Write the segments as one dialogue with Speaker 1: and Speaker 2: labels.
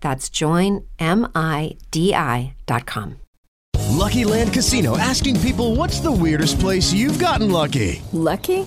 Speaker 1: That's joinmidi.com.
Speaker 2: Lucky Land Casino asking people what's the weirdest place you've gotten lucky?
Speaker 3: Lucky?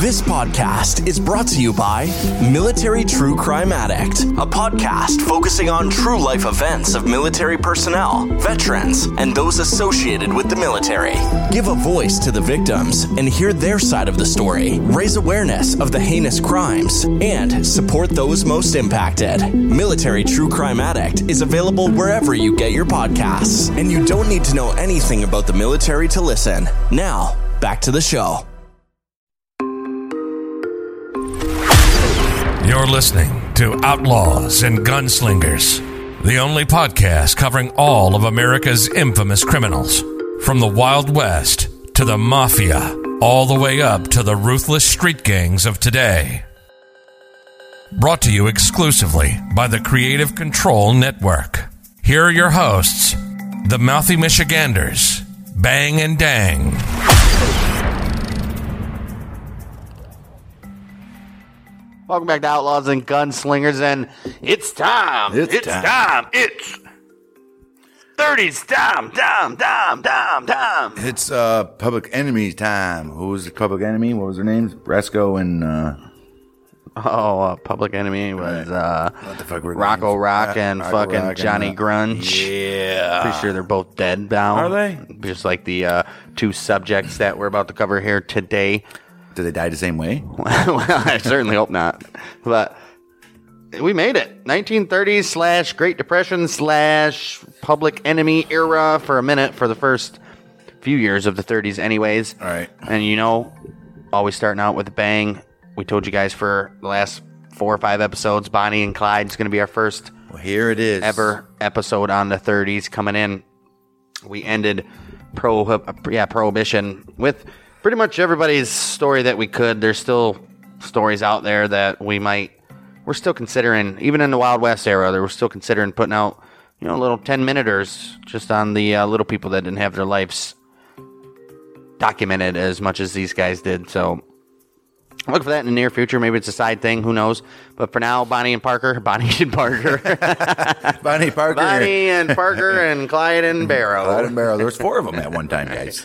Speaker 4: This podcast is brought to you by Military True Crime Addict, a podcast focusing on true life events of military personnel, veterans, and those associated with the military. Give a voice to the victims and hear their side of the story, raise awareness of the heinous crimes, and support those most impacted. Military True Crime Addict is available wherever you get your podcasts, and you don't need to know anything about the military to listen. Now, back to the show.
Speaker 5: You're listening to Outlaws and Gunslingers, the only podcast covering all of America's infamous criminals, from the Wild West to the Mafia, all the way up to the ruthless street gangs of today. Brought to you exclusively by the Creative Control Network. Here are your hosts, the Mouthy Michiganders, Bang and Dang.
Speaker 6: Welcome back to Outlaws and Gunslingers, and it's time. It's, time. It's 30s time. Time, time, time, time.
Speaker 7: It's uh, Public Enemy time. Who was the Public Enemy? What was their names? Rasco and uh,
Speaker 6: Oh, uh, Public Enemy was uh,
Speaker 7: what the fuck were their
Speaker 6: Rocco
Speaker 7: names?
Speaker 6: Rock
Speaker 7: Yeah,
Speaker 6: and
Speaker 7: Rocco
Speaker 6: fucking
Speaker 7: Rock and,
Speaker 6: Johnny
Speaker 7: uh,
Speaker 6: Grunge.
Speaker 7: Yeah,
Speaker 6: Pretty sure they're both dead now.
Speaker 7: Are they?
Speaker 6: Just like the uh, two subjects that we're about to cover here today.
Speaker 7: Did they die the same way?
Speaker 6: well, I certainly hope not. But we made it. 1930s slash Great Depression slash Public Enemy era for a minute for the first few years of the 30s, anyways.
Speaker 7: All right.
Speaker 6: And you know, always starting out with a bang. We told you guys for the last four or five episodes, Bonnie and Clyde's going to be our first
Speaker 7: Well, here it is.
Speaker 6: ever episode on the 30s coming in. We ended prohib- yeah, prohibition with pretty much everybody's story that we could. There's still stories out there that we might we're still considering even in the Wild West era, they were still considering putting out you know little 10 minuters just on the uh, little people that didn't have their lives documented as much as these guys did. So Look for that in the near future. Maybe it's a side thing. Who knows? But for now, Bonnie and Parker, Bonnie and Parker,
Speaker 7: Bonnie Parker.
Speaker 6: Bonnie and Parker and Clyde and
Speaker 7: Clyde
Speaker 6: Barrow.
Speaker 7: and Barrow. There was four of them at one time, guys.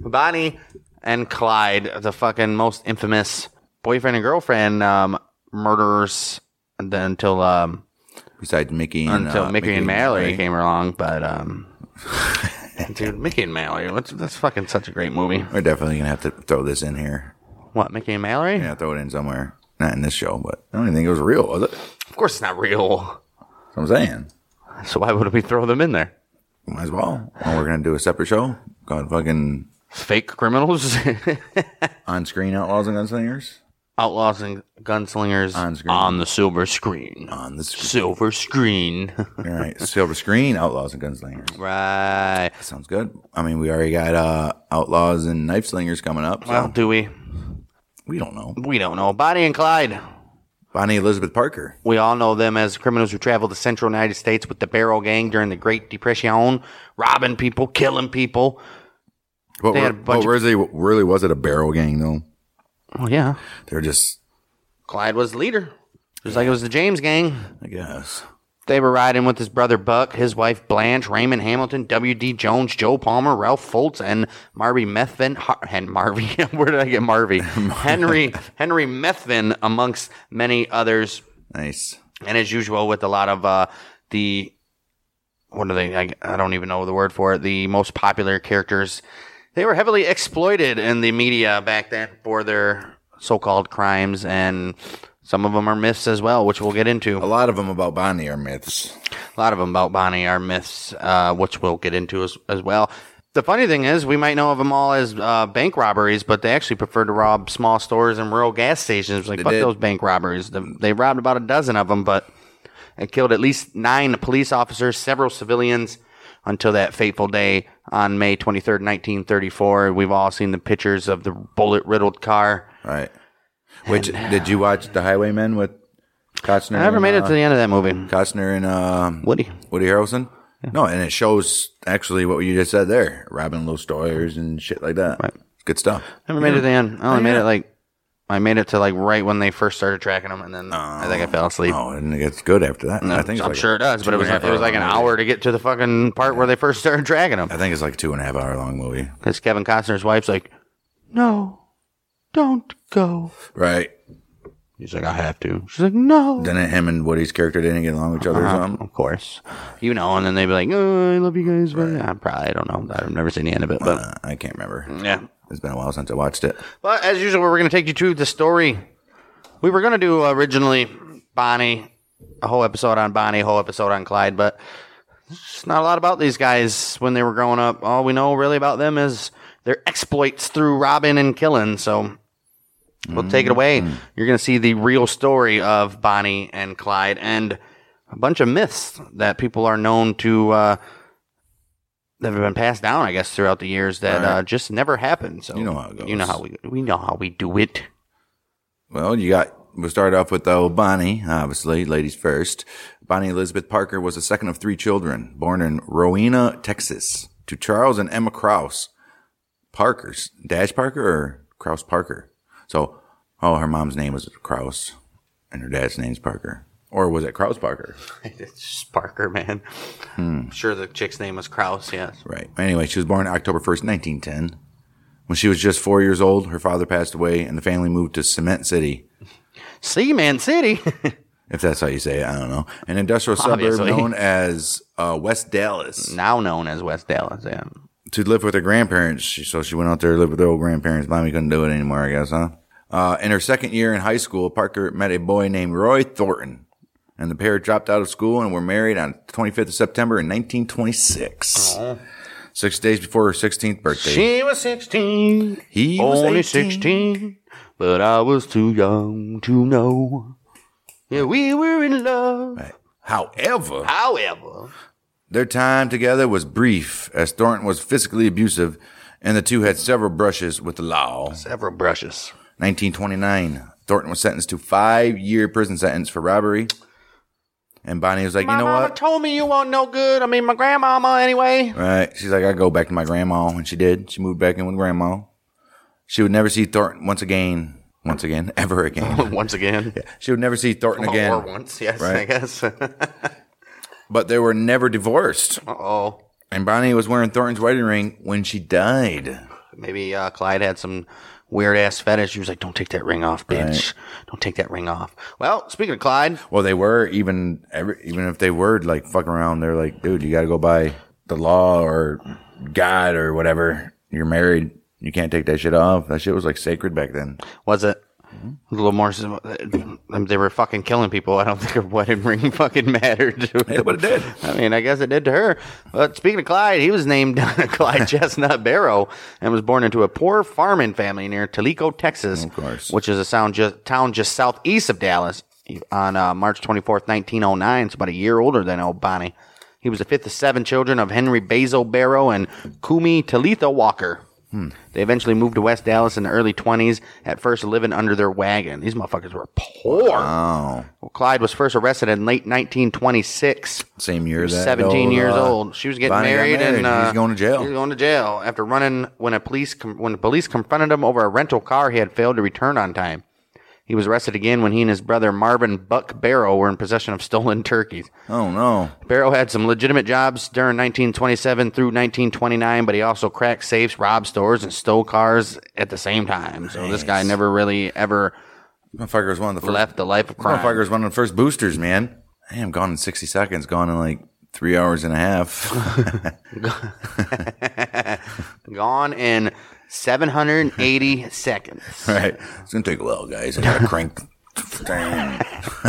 Speaker 6: Bonnie and Clyde, the fucking most infamous boyfriend and girlfriend um, murderers and then until um,
Speaker 7: Besides Mickey and
Speaker 6: until
Speaker 7: uh,
Speaker 6: Mickey, and Mallory came along. But um, dude, Mickey and Mallory, what's, that's fucking such a great movie.
Speaker 7: We're definitely gonna have to throw this in here.
Speaker 6: What Mickey and Mallory?
Speaker 7: Yeah, throw it in somewhere. Not in this show, but I don't even think it was real, was it? That's
Speaker 6: Of course, it's not real.
Speaker 7: what I'm saying.
Speaker 6: So why would we throw them in there?
Speaker 7: Might as well. Well, we're gonna do a separate show. Called fucking
Speaker 6: Fake criminals,
Speaker 7: on screen outlaws and gunslingers.
Speaker 6: outlaws, and gunslingers
Speaker 7: On screen.
Speaker 6: on the silver screen.
Speaker 7: On the screen.
Speaker 6: Silver screen.
Speaker 7: All right. Silver screen, outlaws and gunslingers.
Speaker 6: Right.
Speaker 7: Sounds good. I mean, we already got uh, outlaws and knife slingers coming up. So
Speaker 6: Well, do we?
Speaker 7: we don't know.
Speaker 6: We don't know. Bonnie and Clyde.
Speaker 7: Bonnie Elizabeth Parker.
Speaker 6: We all know them as criminals who traveled the central United States with the Barrel Gang during the Great Depression, robbing people, killing people.
Speaker 7: But
Speaker 6: They
Speaker 7: were-
Speaker 6: had a bunch
Speaker 7: but really, really was it a barrel gang though?
Speaker 6: Oh yeah,
Speaker 7: They're just,
Speaker 6: Clyde was the leader. Just like it was the James gang.
Speaker 7: I guess.
Speaker 6: They were riding with his brother Buck, his wife Blanche, Raymond Hamilton, W.D. Jones, Joe Palmer, Ralph Foltz, and Marvy Methvin. Har- and Marvy, where did I get Marvy? Henry Henry Methvin, amongst many others.
Speaker 7: Nice.
Speaker 6: And as usual, with a lot of uh, the what are they? I, I don't even know the word for it. The most popular characters. They were heavily exploited in the media back then for their so-called crimes, and some of them are myths as well, which we'll get into.
Speaker 7: A lot of them about Bonnie are myths.
Speaker 6: A lot of them about Bonnie are myths, uh, which we'll get into as, as well. The funny thing is, we might know of them all as uh, bank robberies, but they actually prefer to rob small stores and rural gas stations. Like, fuck
Speaker 7: did.
Speaker 6: those bank robberies. They, they robbed about a dozen of them, but and killed at least nine police officers, several civilians, until that fateful day on May 23rd, 1934. We've all seen the pictures of the bullet riddled car.
Speaker 7: Right. Which did you watch The Highwaymen with Costner?
Speaker 6: I never
Speaker 7: and,
Speaker 6: made it
Speaker 7: uh,
Speaker 6: to the end of that movie.
Speaker 7: Costner and um,
Speaker 6: Woody.
Speaker 7: Woody Harrelson. No, and it shows actually what you just said uh, there, robbing little stores and shit like that.
Speaker 6: Right.
Speaker 7: Good stuff.
Speaker 6: Never made it to the end. I only made it like I made it to like right when they first started tracking them, and then I think I fell asleep.
Speaker 7: Oh, and it gets good after that. I think it's
Speaker 6: I'm
Speaker 7: like
Speaker 6: sure
Speaker 7: a
Speaker 6: it does, but
Speaker 7: two
Speaker 6: it was
Speaker 7: and a half
Speaker 6: it was like an
Speaker 7: hour long
Speaker 6: hour to get to the fucking part where they first started tracking them.
Speaker 7: movie. I think it's like a two and a half hour long movie.
Speaker 6: Because Kevin Costner's wife's like, "No, don't go."
Speaker 7: Right.
Speaker 6: He's like, "I have to." She's like, "No."
Speaker 7: Then him and Woody's character didn't get along with each other or something.
Speaker 6: Of course, you know. And then they'd be like, "Oh, I love you guys." But I probably I don't know. I've never seen the end of it, but
Speaker 7: Uh, I can't remember.
Speaker 6: yeah.
Speaker 7: It's been a while since I watched it.
Speaker 6: But as usual, we're going to take you to the story. We were going to do originally Bonnie, a whole episode on Bonnie, a whole episode on Clyde, but it's not a lot about these guys when they were growing up. All we know really about them is their exploits through robbing and killing. So we'll take it away.
Speaker 7: Mm-hmm.
Speaker 6: You're going to see the real story of Bonnie and Clyde and a bunch of myths that people are known to. Uh, that have been passed down, I guess, throughout the years that uh, just never happened. So
Speaker 7: You know how it
Speaker 6: You know
Speaker 7: goes.
Speaker 6: how we we know how we do it.
Speaker 7: Well, you got. We'll start off with uh, Bonnie, obviously, ladies first. Bonnie Elizabeth Parker was the second of three children, born in Rowena, Texas, to Charles and Emma Krause. Parker's Dash Parker or Krause Parker. So, oh, her mom's name was Krause, and her dad's name's Parker, or was it Krause Parker?
Speaker 6: It's just Parker, man.
Speaker 7: Hmm.
Speaker 6: I'm sure the chick's name was Kraus. Yes.
Speaker 7: Right. Anyway, she was born October 1st, 1910. When she was just four years old, her father passed away, and the family moved to Cement City,
Speaker 6: Seaman City.
Speaker 7: if that's how you say it. I don't know. An industrial
Speaker 6: Obviously.
Speaker 7: suburb known as uh, West Dallas.
Speaker 6: now known as West Dallas. Yeah.
Speaker 7: to live with her grandparents. She, so she went out there to live with her old grandparents. Mommy couldn't do it anymore, I guess, huh? Uh, in her second year in high school, Parker met a boy named Roy Thornton, and the pair dropped out of school and were married on 25th of September in 1926. Six days before her 16th birthday.
Speaker 6: She was 16.
Speaker 7: he was
Speaker 6: only
Speaker 7: 18.
Speaker 6: 16. But I was too young to know. Yeah, we were in love.
Speaker 7: However,
Speaker 6: However,
Speaker 7: their time together was brief, as Thornton was physically abusive, and the two had several brushes with the law.
Speaker 6: several brushes.
Speaker 7: 1929, Oh. Thornton was sentenced to five year prison sentence for robbery. And Bonnie was like,
Speaker 6: My
Speaker 7: you know
Speaker 6: mama
Speaker 7: what?
Speaker 6: told me you weren't no good. I mean, my grandmama anyway.
Speaker 7: right. She's like, I go back to my grandma. And she did. She moved back in with grandma. She would never see Thornton once again. Once again. Ever again.
Speaker 6: Once again.
Speaker 7: she would never see Thornton again.
Speaker 6: Or once, yes, I
Speaker 7: Right.
Speaker 6: guess.
Speaker 7: But they were never divorced.
Speaker 6: oh.
Speaker 7: And Bonnie was wearing Thornton's wedding ring when she died.
Speaker 6: Maybe uh, Clyde had some weird ass fetish. He was like, "Don't take that ring off, bitch! Don't take that ring off." Well, speaking of Clyde,
Speaker 7: Well, they were even every, even if they were like fucking around, they're like, dude, you got to go by the law or God or whatever. You're married. You can't take that shit off. That shit was like sacred back then.
Speaker 6: was it
Speaker 7: Hmm?
Speaker 6: a little more? uh, They were fucking killing people. I don't think a wedding ring fucking mattered. To
Speaker 7: Yeah, but it did.
Speaker 6: I mean, I guess it did to her. But speaking of Clyde, he was named Clyde Chestnut Barrow and was born into a poor farming family near Talico, Texas, of
Speaker 7: course.
Speaker 6: which is a sound ju- town just southeast of Dallas. On uh, March 24th, 1909, it's about a year older than old Bonnie. He was the fifth of seven children of Henry Basil Barrow and Kumi Talitha Walker. They eventually moved to West Dallas in the early 20s, at first living under their wagon. These motherfuckers were poor.
Speaker 7: Oh,
Speaker 6: Well, Clyde was first arrested in late 1926.
Speaker 7: same year
Speaker 6: She was
Speaker 7: that
Speaker 6: 17
Speaker 7: old,
Speaker 6: years
Speaker 7: uh,
Speaker 6: old. She was getting
Speaker 7: Bonnie got
Speaker 6: married, and uh,
Speaker 7: he's going to jail.
Speaker 6: He was going to jail after running when a police com- when police confronted him over a rental car he had failed to return on time. He was arrested again when he and his brother Marvin Buck Barrow were in possession of stolen turkeys.
Speaker 7: oh no,
Speaker 6: Barrow had some legitimate jobs during 1927 through 1929, but he also cracked safes, robbed stores, and stole cars at the same time. So this guy never really ever
Speaker 7: motherfucker was one of the first.
Speaker 6: left the life of crime.
Speaker 7: Motherfucker was one of the first boosters, man. I am gone in sixty seconds. Gone in like three hours and a half.
Speaker 6: Gone in 780 seconds.
Speaker 7: All right, it's gonna take a while, guys. I gotta crank. Dang.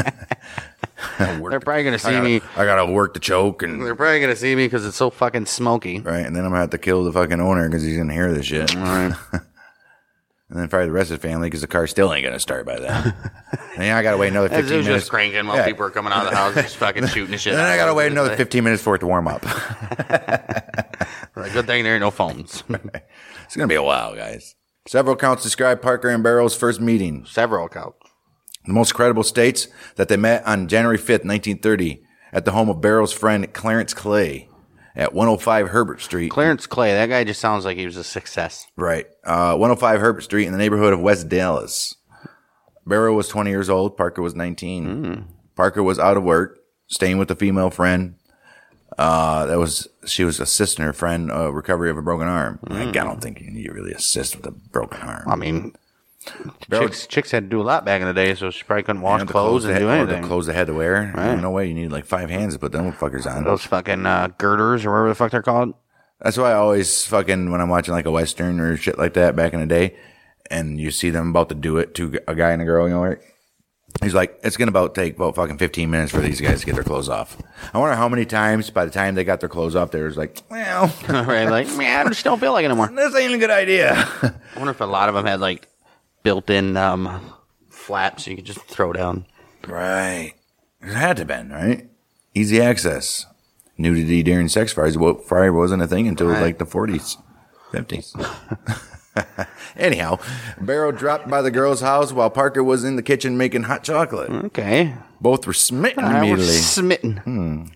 Speaker 6: They're probably gonna
Speaker 7: I
Speaker 6: see
Speaker 7: gotta,
Speaker 6: me.
Speaker 7: I gotta work the choke and
Speaker 6: They're probably gonna see me because it's so fucking smoky.
Speaker 7: right, and then I'm gonna have to kill the fucking owner because he's gonna hear this shit. and then probably the rest of the family because the car still ain't gonna start by then. and then I gotta wait another
Speaker 6: It
Speaker 7: fifteen
Speaker 6: was
Speaker 7: minutes.
Speaker 6: just cranking while
Speaker 7: Yeah.
Speaker 6: people are coming out of the house, just fucking shooting the shit.
Speaker 7: And then
Speaker 6: out
Speaker 7: I
Speaker 6: of
Speaker 7: gotta
Speaker 6: them.
Speaker 7: wait another fifteen minutes for it to warm up.
Speaker 6: Like, Good thing there ain't no phones.
Speaker 7: It's gonna be a while, guys. Several accounts describe Parker and Barrow's first meeting.
Speaker 6: Several cows.
Speaker 7: The most credible states that they met on January 5th, 1930, at the home of Barrow's friend Clarence Clay at 105 Herbert Street.
Speaker 6: Clarence Clay, that guy just sounds like he was a success.
Speaker 7: Right. Uh, 105 Herbert Street in the neighborhood of West Dallas. Barrow was 20 years old. Parker was 19. Parker was out of work, staying with a female friend. Uh, that was she was assisting her friend uh, recovery of a broken arm. Like, I don't think you really assist with a broken arm.
Speaker 6: I mean,
Speaker 7: Barrow-
Speaker 6: chicks chicks had to do a lot back in the day, so she probably couldn't wash
Speaker 7: And the
Speaker 6: clothes,
Speaker 7: they
Speaker 6: and do
Speaker 7: had- or
Speaker 6: anything.
Speaker 7: The clothes they had to wear. No way. You need like five hands to put them fuckers on.
Speaker 6: Those fucking uh, girders or whatever the fuck they're called.
Speaker 7: That's why I always fucking when I'm watching like a western or shit like that back in the day, and you see them about to do it to a guy and a girl, you know, right? He's like, it's gonna about take about fucking 15 minutes for these guys to get their clothes off. I wonder how many times by the time they got their clothes off, they was like, well,
Speaker 6: right? Like, man, I just don't feel like it anymore.
Speaker 7: this ain't a good idea.
Speaker 6: I wonder if a lot of them had like built-in um, flaps you could just throw down.
Speaker 7: Right. It had to have been, right? Easy access. Nudity during sex fires well, fire wasn't a thing until like the 40s, 50s. Anyhow, Barrow dropped by the girl's house while Parker was in the kitchen making hot chocolate.
Speaker 6: Okay,
Speaker 7: Both were smitten
Speaker 6: I was
Speaker 7: immediately.
Speaker 6: smitten.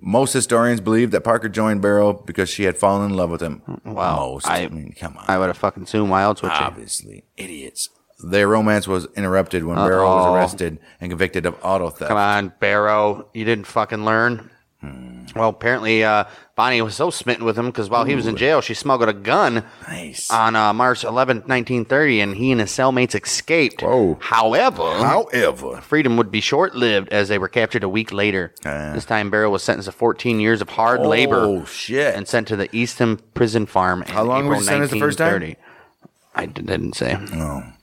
Speaker 7: Most historians believe that Parker joined Barrow because she had fallen in love with him.
Speaker 6: Wow.
Speaker 7: Most.
Speaker 6: I-
Speaker 7: I, mean, come on.
Speaker 6: I would have fucking sued my old switch.
Speaker 7: Obviously, idiots. Their romance was interrupted when Barrow was
Speaker 6: Uh-oh.
Speaker 7: arrested and convicted of auto theft.
Speaker 6: Come on, Barrow, you didn't fucking learn.
Speaker 7: Hmm.
Speaker 6: Well, apparently uh, Bonnie was so smitten with him because while he was in jail, she smuggled a gun
Speaker 7: Nice.
Speaker 6: on uh, March 11th, 1930, and he and his cellmates escaped.
Speaker 7: Whoa.
Speaker 6: However,
Speaker 7: However,
Speaker 6: freedom would be short lived as they were captured a week later. This time, Barrow was sentenced to 14 years of hard labor.
Speaker 7: Ah. Oh shit!
Speaker 6: and sent to the Easton Prison Farm. In
Speaker 7: How long
Speaker 6: April
Speaker 7: was he sentenced the first time?
Speaker 6: 1930. I d- didn't say.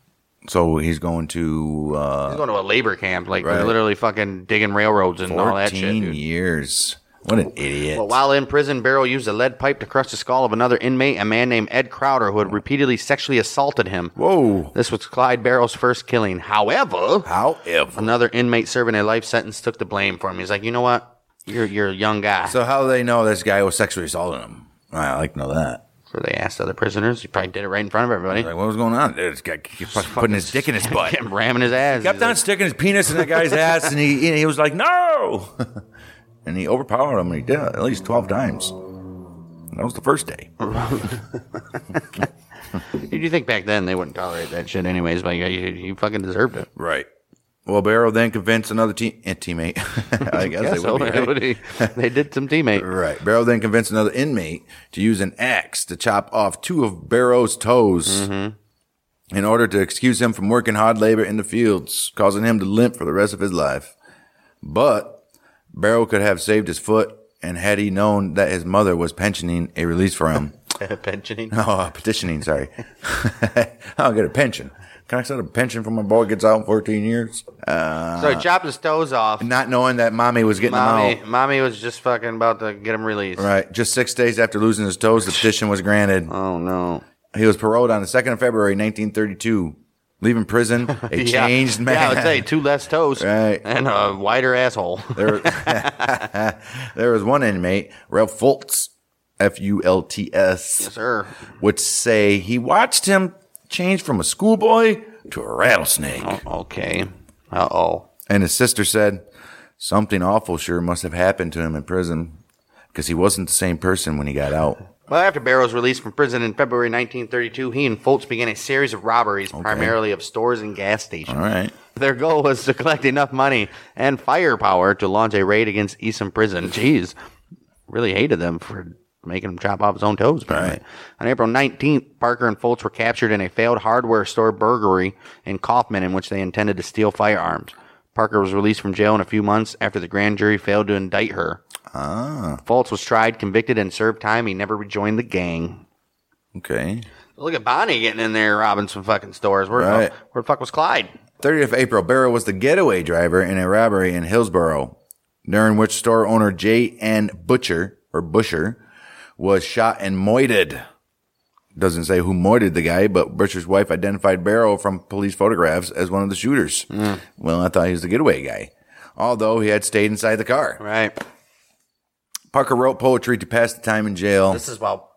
Speaker 7: so he's going to uh,
Speaker 6: He's going to a labor camp, like
Speaker 7: Right.
Speaker 6: literally fucking digging railroads and all that shit.
Speaker 7: fourteen
Speaker 6: dude.
Speaker 7: years. What an idiot!
Speaker 6: But while in prison, Barrow used a lead pipe to crush the skull of another inmate, a man named Ed Crowder, who had repeatedly sexually assaulted him.
Speaker 7: Whoa!
Speaker 6: This was Clyde Barrow's first killing. However,
Speaker 7: However,
Speaker 6: another inmate serving a life sentence took the blame for him. He's like, you know what? You're you're a young guy. So
Speaker 7: so how do they know this guy was sexually assaulting him? I like to know that.
Speaker 6: they asked other prisoners. He probably did it right in front of everybody.
Speaker 7: Like, what was going on? Dude, this guy kept fucking putting his dick in his butt.
Speaker 6: Kept ramming his ass.
Speaker 7: kept
Speaker 6: He's
Speaker 7: on
Speaker 6: like,
Speaker 7: sticking his penis in that guy's ass, and he and he was like, no. and he overpowered him, and he did it at least twelve times. That was the first day.
Speaker 6: Did you think back then they wouldn't tolerate that shit anyways? But you, you, you fucking deserved it.
Speaker 7: Right. Well, Barrow then convinced another team eh, teammate. I guess, they
Speaker 6: So
Speaker 7: would be, right?
Speaker 6: they did some teammate.
Speaker 7: Right. Barrow then convinced another inmate to use an axe to chop off two of Barrow's toes in order to excuse him from working hard labor in the fields, causing him to limp for the rest of his life. But Barrow could have saved his foot, and had he known that his mother was pensioning a release for him,
Speaker 6: Pensioning.
Speaker 7: oh, petitioning, sorry, I'll get a pension. Can I set a pension for my boy gets out in 14 years? Uh,
Speaker 6: so he chopped his toes off.
Speaker 7: Not knowing that mommy was getting him
Speaker 6: Mommy,
Speaker 7: out.
Speaker 6: mommy was just fucking about to get him released.
Speaker 7: Right. Just six days after losing his toes, the petition was granted.
Speaker 6: Oh no!
Speaker 7: He was paroled on the 2nd of February, 1932, leaving prison a
Speaker 6: Yeah.
Speaker 7: changed man.
Speaker 6: Yeah, I would say two less toes
Speaker 7: Right.
Speaker 6: and a wider asshole.
Speaker 7: there, there was one inmate, Ralph Fultz, F U L T S,
Speaker 6: sir.
Speaker 7: would say he watched him change from a schoolboy to a rattlesnake.
Speaker 6: Oh, Okay. Uh oh.
Speaker 7: And his sister said, Something awful sure must have happened to him in prison because he wasn't the same person when he got out.
Speaker 6: Well, after Barrow's release from prison in February 1932, he and Foltz began a series of robberies, primarily of stores and gas stations.
Speaker 7: All right.
Speaker 6: Their goal was to collect enough money and firepower to launch a raid against Easton Prison. Jeez, really hated them for making him chop off his own toes. Apparently. On April 19th, Parker and Foltz were captured in a failed hardware store burglary in Kaufman, in which they intended to steal firearms. Parker was released from jail in a few months after the grand jury failed to indict her. Ah. Foltz was tried, convicted, and served time. He never rejoined the gang.
Speaker 7: Okay.
Speaker 6: Look at Bonnie getting in there robbing some fucking stores. Where,
Speaker 7: Right.
Speaker 6: where the fuck was Clyde?
Speaker 7: 30th of April, Barrow was the getaway driver in a robbery in Hillsboro, during which store owner J. N. Butcher or Busher was shot and moited. Doesn't say who moited the guy, but Butcher's wife identified Barrow from police photographs as one of the shooters. Well, I thought he was the getaway guy, although he had stayed inside the car.
Speaker 6: Right.
Speaker 7: Parker wrote poetry to pass the time in jail.
Speaker 6: This is while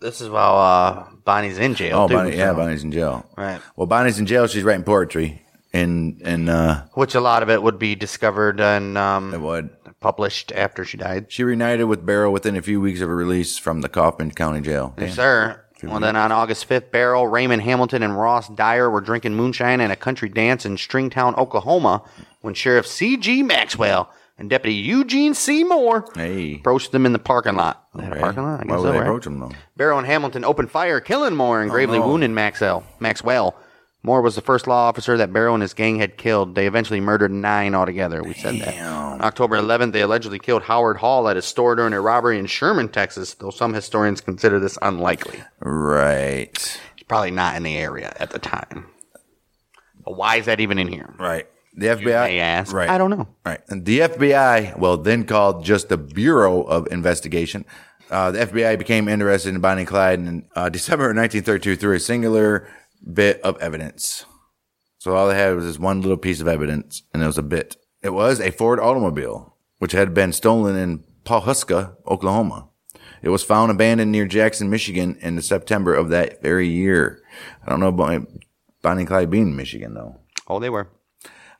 Speaker 6: this is while uh, Bonnie's in jail.
Speaker 7: oh,
Speaker 6: too,
Speaker 7: Bonnie, yeah,
Speaker 6: so-
Speaker 7: Bonnie's in jail.
Speaker 6: Right.
Speaker 7: Well, Bonnie's in jail. She's writing poetry, and and uh,
Speaker 6: Which a lot of it would be discovered and um,
Speaker 7: what
Speaker 6: published after she died.
Speaker 7: She reunited with Barrow within a few weeks of her release from the Kaufman County Jail.
Speaker 6: Yes, sir. Well, then on August 5th, Barrel, Raymond Hamilton, and Ross Dyer were drinking moonshine at a country dance in Stringtown, Oklahoma, when Sheriff C.G. Maxwell and Deputy Eugene C. Moore
Speaker 7: Hey.
Speaker 6: approached them in the parking lot. They had a
Speaker 7: Right?
Speaker 6: parking lot? I
Speaker 7: Why
Speaker 6: guess
Speaker 7: would
Speaker 6: so,
Speaker 7: they
Speaker 6: right?
Speaker 7: approach him though?
Speaker 6: Barrow and Hamilton opened fire, killing Moore and
Speaker 7: Oh,
Speaker 6: gravely wounding Maxwell. Maxwell. Moore was the first law officer that Barrow and his gang had killed. They eventually murdered nine altogether. We said that. On October 11th, they allegedly killed Howard Hall at his store during a robbery in Sherman, Texas, though some historians consider this unlikely.
Speaker 7: Right.
Speaker 6: It's probably not in the area at the time. But why is that even in here?
Speaker 7: Right. The FBI.
Speaker 6: may ask.
Speaker 7: Right.
Speaker 6: I don't know.
Speaker 7: Right. And the FBI, well, then called just the Bureau of Investigation. Uh, the FBI became interested in Bonnie and Clyde in uh, December of 1932 through a singular bit of evidence. So all they had was this one little piece of evidence, and it was a bit. It was a Ford automobile, which had been stolen in Pawhuska, Oklahoma. It was found abandoned near Jackson, Michigan in the September of that very year. I don't know about Bonnie and Clyde being in Michigan, though. Ah,
Speaker 6: Oh, they were.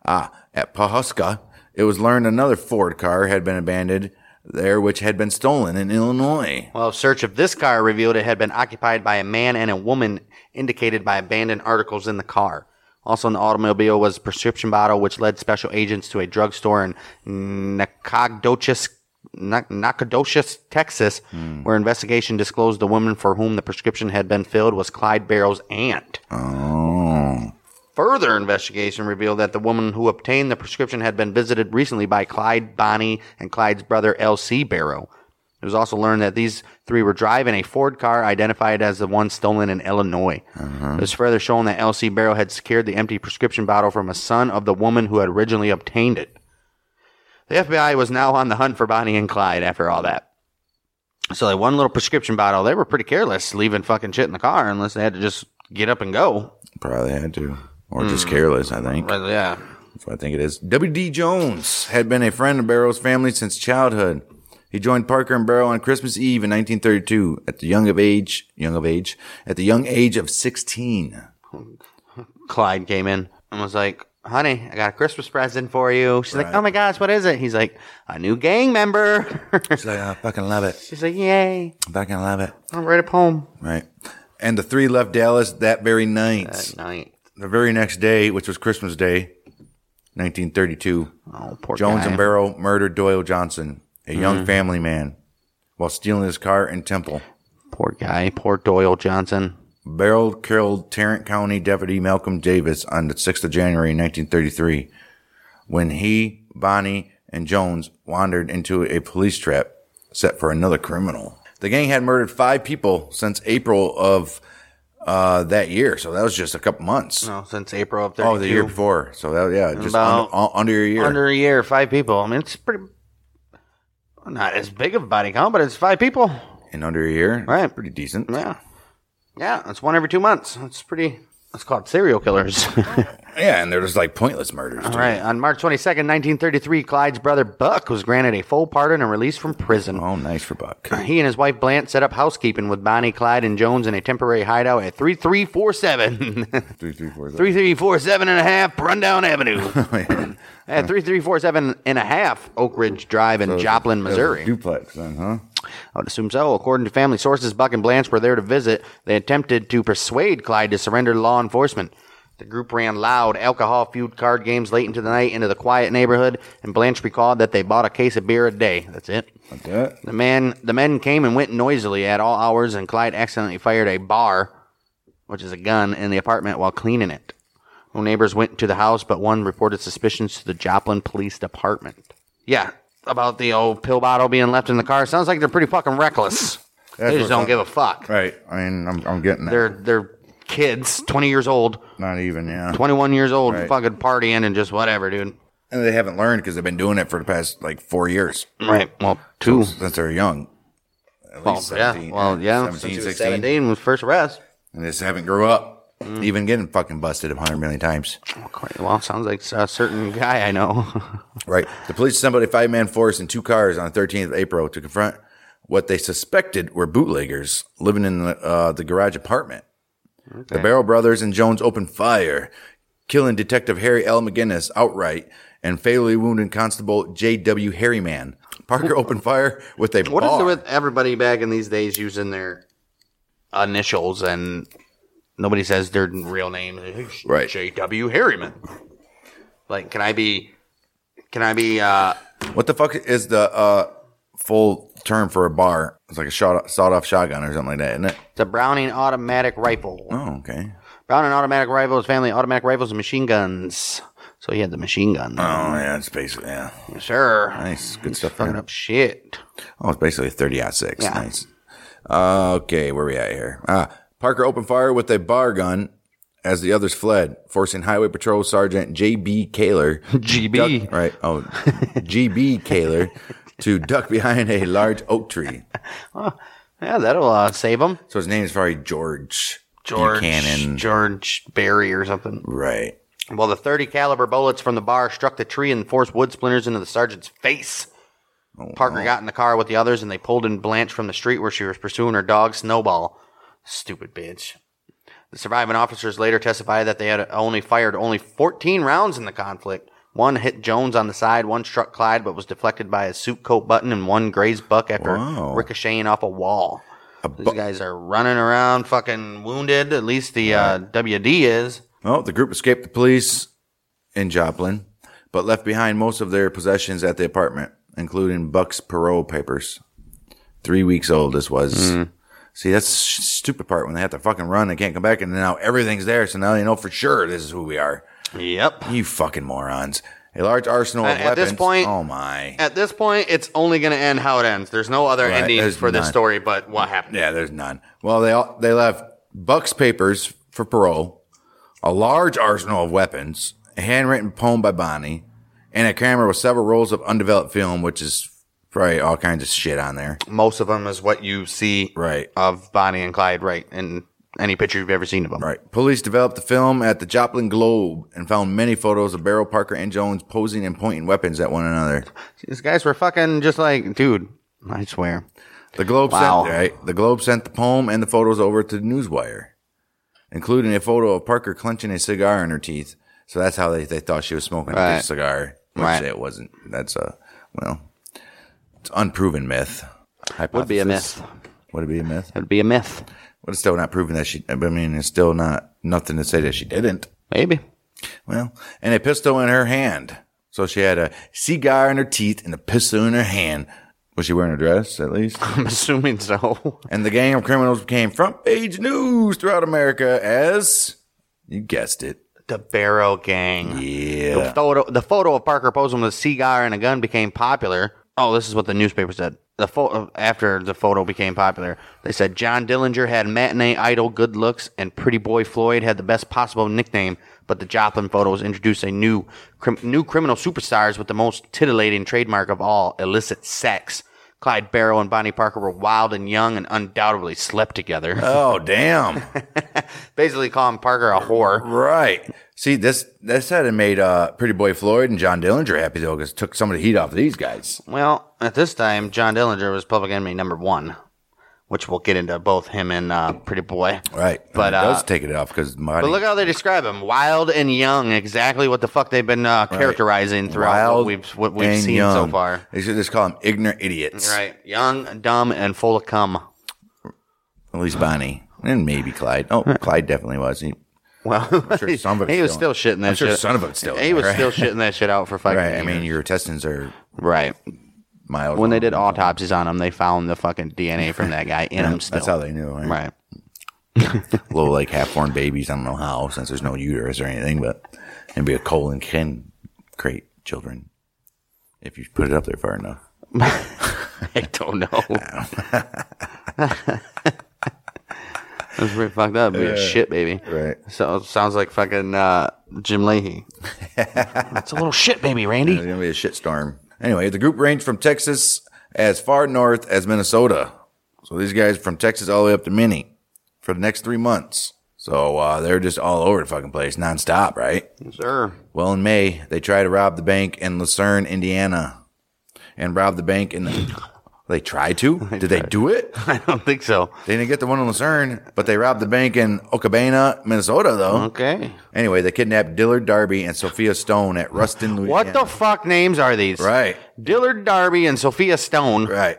Speaker 7: At Pawhuska, it was learned another Ford car had been abandoned there, which had been stolen in Illinois.
Speaker 6: Well, a search of this car revealed it had been occupied by a man and a woman, indicated by abandoned articles in the car. Also in the automobile was a prescription bottle, which led special agents to a drugstore in Nacogdoches, Na- Nacogdoches Texas, where investigation disclosed the woman for whom the prescription had been filled was Clyde Barrow's aunt.
Speaker 7: Oh,
Speaker 6: Further investigation revealed that the woman who obtained the prescription had been visited recently by Clyde, Bonnie, and Clyde's brother L.C. Barrow. It was also learned that these three were driving a Ford car identified as the one stolen in Illinois. It was further shown that L.C. Barrow had secured the empty prescription bottle from a son of the woman who had originally obtained it. The FBI was now on the hunt for Bonnie and Clyde after all that. So they one little prescription bottle. They were pretty careless leaving fucking shit in the car unless they had to just get up and go.
Speaker 7: probably had to. Or just careless, I think.
Speaker 6: But yeah.
Speaker 7: That's what I think it is. W.D. Jones had been a friend of Barrow's family since childhood. He joined Parker and Barrow on Christmas Eve in 1932 at the young of age, young of age, at the young age of 16.
Speaker 6: Clyde came in and was like, "Honey, I got a Christmas present for you." She's like, "Oh my gosh, what is it?" He's like, "A new gang member."
Speaker 7: She's like, I fucking love it.
Speaker 6: She's like, "Yay!
Speaker 7: I fucking love it.
Speaker 6: I'll write a poem."
Speaker 7: Right. And the three left Dallas that very night.
Speaker 6: That night,
Speaker 7: the very next day, which was Christmas Day, 1932,
Speaker 6: oh poor
Speaker 7: Jones
Speaker 6: guy. Mm-hmm.
Speaker 7: and Barrow murdered Doyle Johnson, a young family man, while stealing his car in Temple.
Speaker 6: poor guy, poor Doyle Johnson.
Speaker 7: Barrow killed Tarrant County Deputy Malcolm Davis on the 6th of January, 1933, when he, Bonnie, and Jones wandered into a police trap set for another criminal. The gang had murdered five people since April of uh, that year, so that was just a couple months.
Speaker 6: No, since April of 32,
Speaker 7: Oh, the year before. So that yeah, just
Speaker 6: About
Speaker 7: under, un- under a year.
Speaker 6: under a year, five people. I mean, it's pretty. Not as big of a body count, but it's five people.
Speaker 7: in under a year.
Speaker 6: Right.
Speaker 7: Pretty decent.
Speaker 6: Yeah, yeah, it's one every two months. It's pretty It's called serial killers.
Speaker 7: Yeah, and they're just like pointless murders.
Speaker 6: All right. On March 22nd, 1933, Clyde's brother Buck was granted a full pardon and released from prison.
Speaker 7: Oh, nice for Buck.
Speaker 6: He and his wife Blant set up housekeeping with Bonnie, Clyde, and Jones in a temporary hideout at 3347.
Speaker 7: Three, three, four, Oh,
Speaker 6: 3347 and a half Rundown Avenue. at 3347 and a half Oak Ridge Drive in Joplin, Missouri.
Speaker 7: Duplex, then, huh?
Speaker 6: I would assume so. According to family sources, Buck and Blanche were there to visit. They attempted to persuade Clyde to surrender to law enforcement. The group ran loud, alcohol fueled card games late into the night into the quiet neighborhood, and Blanche recalled that they bought a case of beer a day. That's it.
Speaker 7: That's it.
Speaker 6: The man the men came and went noisily at all hours and Clyde accidentally fired a bar, which is a gun, in the apartment while cleaning it. No neighbors went to the house, but one reported suspicions to the Joplin Police Department. Yeah, about the old pill bottle being left in the car. Sounds like they're pretty fucking reckless.
Speaker 7: That's
Speaker 6: they just
Speaker 7: what-
Speaker 6: don't give a fuck.
Speaker 7: Right. I mean, I'm, I'm getting that.
Speaker 6: They're they're kids, twenty years old,
Speaker 7: Not even, yeah.
Speaker 6: twenty one years old,
Speaker 7: Right.
Speaker 6: fucking partying and just whatever, dude.
Speaker 7: And they haven't learned because they've been doing it for the past like four years
Speaker 6: Right. Well, two.
Speaker 7: since they're young. At
Speaker 6: Well,
Speaker 7: least
Speaker 6: yeah. Well, yeah.
Speaker 7: 17,
Speaker 6: Since he was
Speaker 7: 16.
Speaker 6: 17 was first arrest.
Speaker 7: And they just haven't grew up.
Speaker 6: Mm.
Speaker 7: Even getting fucking busted a hundred million times.
Speaker 6: Quite- Well, sounds like a certain guy I know.
Speaker 7: Right. The police assembled a five man force in two cars on the 13th of April to confront what they suspected were bootleggers living in the, uh, the garage apartment. The Barrel Brothers and Jones opened fire, killing Detective Harry L. McGinnis outright and fatally wounding Constable J.W. Harryman. Parker opened fire with a
Speaker 6: what is
Speaker 7: bar.
Speaker 6: it with everybody back in these days using their initials and nobody says their real name?
Speaker 7: Right.
Speaker 6: J.W. Harriman. Like, can I be, can I be, uh,
Speaker 7: What the fuck is the uh, full term for a bar? It's like a shot, sawed-off shotgun or something like that, isn't it?
Speaker 6: the Browning automatic rifle?
Speaker 7: Oh, okay.
Speaker 6: Browning automatic rifles, family automatic rifles, and machine guns. So he had the machine gun.
Speaker 7: Oh, yeah, it's basically, yeah.
Speaker 6: sure.
Speaker 7: Nice, good stuff.
Speaker 6: Fucking
Speaker 7: man.
Speaker 6: up shit.
Speaker 7: Oh, it's basically 30 out six.
Speaker 6: Yeah.
Speaker 7: Nice. Uh, okay, where we at here? Ah, Parker opened fire with a bar gun as the others fled, forcing Highway Patrol Sergeant J.B. Kaler.
Speaker 6: GB.
Speaker 7: Duck- right. Oh, G.B. Kaler to duck behind a large oak tree.
Speaker 6: Yeah, that'll uh, save him.
Speaker 7: So his name is probably George.
Speaker 6: George
Speaker 7: Buchanan.
Speaker 6: George Barry or something.
Speaker 7: Right.
Speaker 6: Well, the 30 caliber bullets from the bar struck the tree and forced wood splinters into the sergeant's face.
Speaker 7: Oh,
Speaker 6: Parker got in the car with the others and they pulled in Blanche from the street where she was pursuing her dog Snowball. Stupid bitch. The surviving officers later testified that they had only fired only 14 rounds in the conflict. One hit Jones on the side, one struck Clyde but was deflected by his suit coat button, and one grazed Buck after
Speaker 7: Wow.
Speaker 6: ricocheting off a wall. These
Speaker 7: bu-
Speaker 6: guys are running around fucking wounded. At least the uh, WD is.
Speaker 7: Well, Oh, the group escaped the police in Joplin, but left behind most of their possessions at the apartment, including Buck's parole papers. Three weeks old, this was. See, that's the stupid part when they have to fucking run, they can't come back, and now everything's there, so now they know for sure this is who we are.
Speaker 6: Yep.
Speaker 7: You fucking morons. A large arsenal of
Speaker 6: At- at this
Speaker 7: weapons.
Speaker 6: point-
Speaker 7: oh my.
Speaker 6: At this point, it's only going to end how it ends. There's no other
Speaker 7: Right,
Speaker 6: ending
Speaker 7: there's
Speaker 6: for this
Speaker 7: none.
Speaker 6: story, but what happened?
Speaker 7: Yeah, there's none. Well, they all, they left Buck's papers for parole, a large arsenal of weapons, a handwritten poem by Bonnie, and a camera with several rolls of undeveloped film, which is probably all kinds of shit on there.
Speaker 6: Most of them is what you see
Speaker 7: Right.
Speaker 6: of Bonnie and Clyde, right? In any picture you've ever seen of them.
Speaker 7: Right. Police developed the film at the Joplin Globe and found many photos of Barrel Parker and Jones posing and pointing weapons at one another.
Speaker 6: These guys were fucking just like, dude, I swear.
Speaker 7: The Globe
Speaker 6: Wow.
Speaker 7: sent right. The Globe sent the poem and the photos over to Newswire, including a photo of Parker clenching a cigar in her teeth. So that's how they, they thought she was smoking a
Speaker 6: Right.
Speaker 7: cigar, which
Speaker 6: Right.
Speaker 7: it wasn't. That's a well, it's unproven myth.
Speaker 6: Would be a
Speaker 7: Hypothesis.
Speaker 6: myth.
Speaker 7: Would it be a myth?
Speaker 6: It'd be a myth.
Speaker 7: But it's still not proven that she. I mean, it's still not nothing to say that she didn't.
Speaker 6: Maybe.
Speaker 7: Well, and a pistol in her hand. So she had a cigar in her teeth and a pistol in her hand. Was she wearing a dress at least?
Speaker 6: I'm assuming so.
Speaker 7: And the gang of criminals became front page news throughout America as you guessed it.
Speaker 6: the Barrow Gang. The
Speaker 7: Yeah.
Speaker 6: photo, the photo of Parker posing with a cigar and a gun became popular. Oh, this is what the newspaper said. The photo after the photo became popular, they said John Dillinger had matinee idol good looks, and Pretty Boy Floyd had the best possible nickname. But the Joplin photos introduced a new, crim, new criminal superstars with the most titillating trademark of all: illicit sex. Clyde Barrow and Bonnie Parker were wild and young and undoubtedly slept together.
Speaker 7: Oh, damn.
Speaker 6: Basically, calling Parker a whore.
Speaker 7: right. See, this this had it made uh, Pretty Boy Floyd and John Dillinger happy, though, because it took some of the heat off of these guys.
Speaker 6: Well, at this time, John Dillinger was public enemy number one, which we'll get into both him and uh, Pretty Boy.
Speaker 7: Right.
Speaker 6: But,
Speaker 7: it does
Speaker 6: uh,
Speaker 7: take it off because
Speaker 6: But look how they describe him: wild and young. Exactly what the fuck they've been uh, characterizing throughout what we've what we've seen so far.
Speaker 7: They should just call them ignorant idiots.
Speaker 6: Right, young, dumb, and full of cum.
Speaker 7: At least Bonnie. And maybe Clyde. Oh, Clyde definitely was. He,
Speaker 6: Well,
Speaker 7: sure some of it's
Speaker 6: he was
Speaker 7: still
Speaker 6: still
Speaker 7: in-
Speaker 6: shitting that
Speaker 7: I'm sure
Speaker 6: shit.
Speaker 7: some of it's still in
Speaker 6: He
Speaker 7: there,
Speaker 6: was
Speaker 7: right?
Speaker 6: still shitting that shit out for fucking.
Speaker 7: right. I mean,
Speaker 6: years.
Speaker 7: your intestines are
Speaker 6: right.
Speaker 7: miles.
Speaker 6: When they
Speaker 7: long.
Speaker 6: did autopsies on him, they found the fucking DNA from that guy in him. Still,
Speaker 7: That's how they knew. Right.
Speaker 6: Right.
Speaker 7: Little like half formed babies. I don't know how, since there's no uterus or anything, but it'd be a colon can create children if you put it up there far enough.
Speaker 6: I don't know. That's pretty fucked up. Be a shit baby.
Speaker 7: Right.
Speaker 6: So it sounds like fucking uh, Jim Leahy. That's a little shit baby, Randy.
Speaker 7: It's gonna be a shitstorm. Anyway, the group ranged from Texas as far north as Minnesota. So these guys from Texas all the way up to Minnie for the next three months. So uh, they're just all over the fucking place, nonstop, right?
Speaker 6: Sure.
Speaker 7: Well, in May, they try to rob the bank in Lucerne, Indiana, and rob the bank in. The- they tried to. Did they do it?
Speaker 6: I don't think so.
Speaker 7: They didn't get the one in Lucerne, but they robbed the bank in Okabana, Minnesota, though.
Speaker 6: Okay.
Speaker 7: Anyway, they kidnapped Dillard Darby and Sophia Stone at Ruston, Louisiana.
Speaker 6: What the fuck names are these?
Speaker 7: Right.
Speaker 6: Dillard Darby and Sophia Stone.
Speaker 7: Right.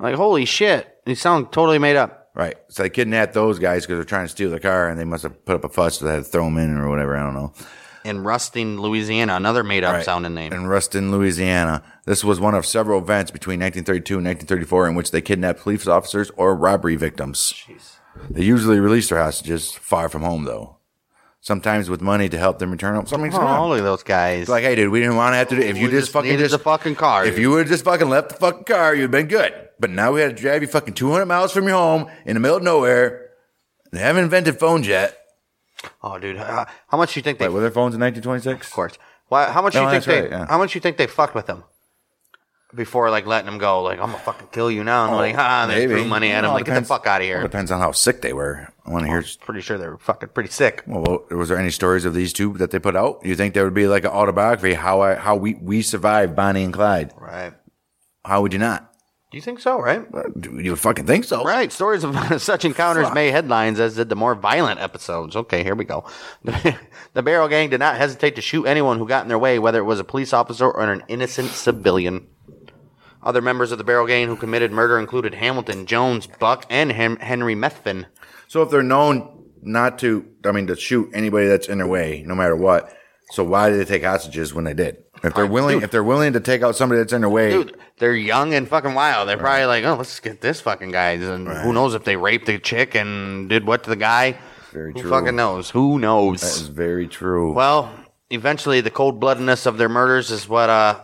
Speaker 6: Like, holy shit. These sound totally made up.
Speaker 7: Right. So they kidnapped those guys because they're trying to steal the car, and they must have put up a fuss, so they had to throw them in or whatever. I don't know.
Speaker 6: In Rusting, Louisiana, another made up sounding name.
Speaker 7: In Ruston, Louisiana, this was one of several events between 1932 and 1934 in which they kidnapped police officers or robbery victims. They usually released their hostages far from home, though. Sometimes with money to help them return home. Sometimes
Speaker 6: oh,
Speaker 7: not.
Speaker 6: all of those guys.
Speaker 7: It's like, hey, dude, we didn't want to have to do. If you
Speaker 6: We
Speaker 7: just,
Speaker 6: just
Speaker 7: fucking
Speaker 6: needed
Speaker 7: just
Speaker 6: the fucking car,
Speaker 7: if
Speaker 6: dude.
Speaker 7: you would have just fucking left the fucking car, you'd have been good. But now we had to drive you fucking 200 miles from your home in the middle of nowhere. They haven't invented phones yet.
Speaker 6: oh, dude. How, how much you think they
Speaker 7: Wait, were there phones in 1926?
Speaker 6: Of course. Why, how much
Speaker 7: No,
Speaker 6: you think
Speaker 7: that's
Speaker 6: they?
Speaker 7: right, yeah.
Speaker 6: How much you think they fucked with him before like letting him go? Like I'm gonna fucking kill you now. And like,
Speaker 7: Oh,
Speaker 6: ah, and they threw money at him.
Speaker 7: Well,
Speaker 6: Like, get the
Speaker 7: depends-
Speaker 6: fuck out of here.
Speaker 7: Well, depends on how sick they were. I want to hear.
Speaker 6: Pretty sure they were fucking pretty sick.
Speaker 7: Well, was there any stories of these two that they put out? You think there would be like an autobiography how I how we we survived Bonnie and Clyde?
Speaker 6: Right.
Speaker 7: How would you not? Uh,
Speaker 6: Do you think so? Right.
Speaker 7: You would fucking think so,
Speaker 6: Right. Stories of such encounters made headlines as did the more violent episodes. Okay, here we go. the Barrel Gang did not hesitate to shoot anyone who got in their way, whether it was a police officer or an innocent civilian. Other members of the Barrel Gang who committed murder included Hamilton, Jones, Buck, and Hen- Henry Methvin.
Speaker 7: So if they're known not to, I mean, to shoot anybody that's in their way, no matter what. So why did they take hostages when they did? If they're willing, if they're willing to take out somebody that's in their way,
Speaker 6: dude, they're young and fucking wild. They're probably like, oh, let's get this fucking guy. And who knows if they raped the chick and did what to the guy?
Speaker 7: Very
Speaker 6: who
Speaker 7: true.
Speaker 6: fucking knows? Who knows?
Speaker 7: that is very true.
Speaker 6: well, eventually, the cold bloodedness of their murders is what uh,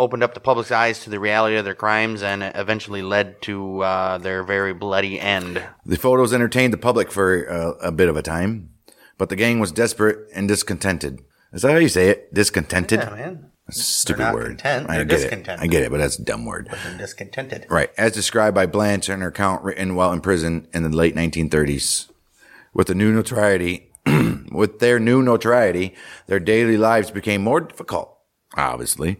Speaker 6: opened up the public's eyes to the reality of their crimes and eventually led to uh, their very bloody end.
Speaker 7: The photos entertained the public for uh, a bit of a time, but the gang was desperate and discontented. Is that how you say it? Discontented?
Speaker 6: man.
Speaker 7: That's a stupid
Speaker 6: not
Speaker 7: word.
Speaker 6: content,
Speaker 7: I
Speaker 6: they're
Speaker 7: get
Speaker 6: discontented.
Speaker 7: it. I get it, but that's a dumb word.
Speaker 6: I'm discontented.
Speaker 7: Right. As described by Blanche in her account written while in prison in the late 1930s. With the new notoriety, with their new notoriety, their daily lives became more difficult, obviously,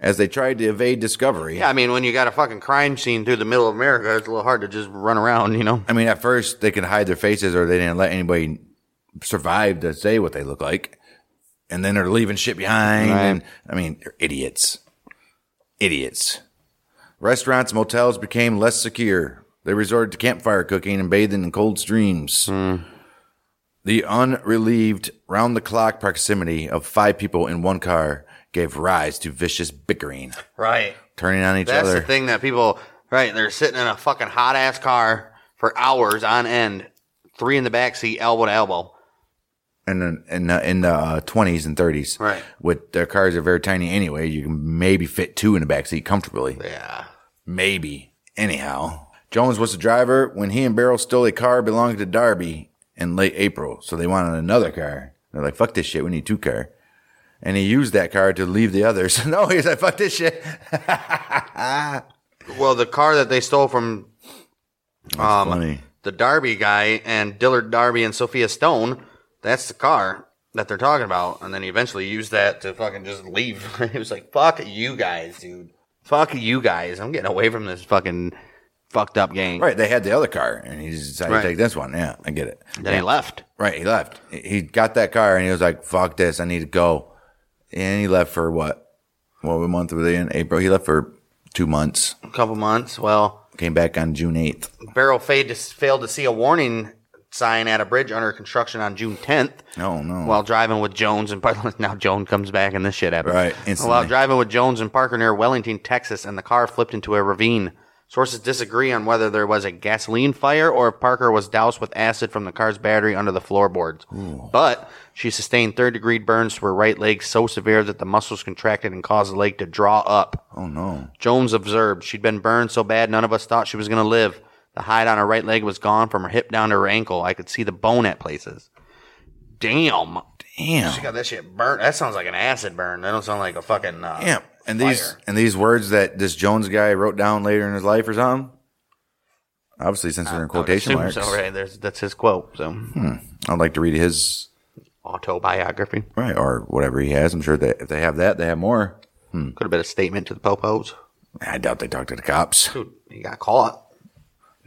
Speaker 7: as they tried to evade discovery.
Speaker 6: Yeah, I mean, when you got a fucking crime scene through the middle of America, it's a little hard to just run around, you know?
Speaker 7: I mean, at first they could hide their faces or they didn't let anybody survive to say what they look like. And then they're leaving shit behind. And, I mean, they're idiots. Idiots. Restaurants, motels became less secure. They resorted to campfire cooking and bathing in cold streams. The unrelieved, round the clock proximity of five people in one car gave rise to vicious bickering,
Speaker 6: Right.
Speaker 7: turning on each
Speaker 6: That's
Speaker 7: other.
Speaker 6: the thing that people, right? They're sitting in a fucking hot ass car for hours on end, three in the back seat, elbow to elbow.
Speaker 7: in the, in the, in the twenties and thirties.
Speaker 6: Right.
Speaker 7: With their cars are very tiny anyway. You can maybe fit two in the back seat comfortably.
Speaker 6: Yeah.
Speaker 7: Maybe. Anyhow, Jones was the driver when he and Barrow stole a car belonging to Darby in late April. So they wanted another car. They're like, fuck this shit. We need two car. And he used that car to leave the others. no, he's like, fuck this shit.
Speaker 6: Well, the car that they stole from um,
Speaker 7: That's funny.
Speaker 6: the Darby guy and Dillard Darby and Sophia Stone, that's the car that they're talking about. And then he eventually used that to fucking just leave. he was like, fuck you guys, dude. Fuck you guys. I'm getting away from this fucking fucked up gang.
Speaker 7: Right, they had the other car, and he decided
Speaker 6: Right.
Speaker 7: to take this one. Yeah, I get it.
Speaker 6: Then he left.
Speaker 7: Right, he left. He- He got that car, and he was like, "Fuck this, I need to go." And he left for what? What month were they in? April. He left for two months.
Speaker 6: A couple months. Well,
Speaker 7: Came back on June eighth.
Speaker 6: Barrel fade to, failed to see a warning sign at a bridge under construction on June 10th.
Speaker 7: Oh no.
Speaker 6: While driving with Jones and Parker, now Joan comes back and this shit happens.
Speaker 7: Right, instantly.
Speaker 6: While driving with Jones and Parker near Wellington, Texas, and the car flipped into a ravine. Sources disagree on whether there was a gasoline fire or if Parker was doused with acid from the car's battery under the floorboards. But she sustained third degree burns to her right leg so severe that the muscles contracted and caused the leg to draw up.
Speaker 7: oh no.
Speaker 6: Jones observed she'd been burned so bad none of us thought she was going to live. The hide on her right leg was gone from her hip down to her ankle. I could see the bone at places. Damn. She
Speaker 7: Damn.
Speaker 6: got that shit burnt. That sounds like an acid burn. That don't sound like a fucking. Uh,
Speaker 7: Damn. And these
Speaker 6: fire.
Speaker 7: and these words that this Jones guy wrote down later in his life or something. Obviously, since they're in
Speaker 6: I would
Speaker 7: quotation
Speaker 6: assume
Speaker 7: marks, Hmm.
Speaker 6: So, right, there's, that's his quote. So
Speaker 7: I'd like to read his
Speaker 6: autobiography
Speaker 7: right or whatever he has. I'm sure that if they have that, they have more.
Speaker 6: could have been a statement to the popos.
Speaker 7: I doubt they talk to the cops.
Speaker 6: Dude, he got caught.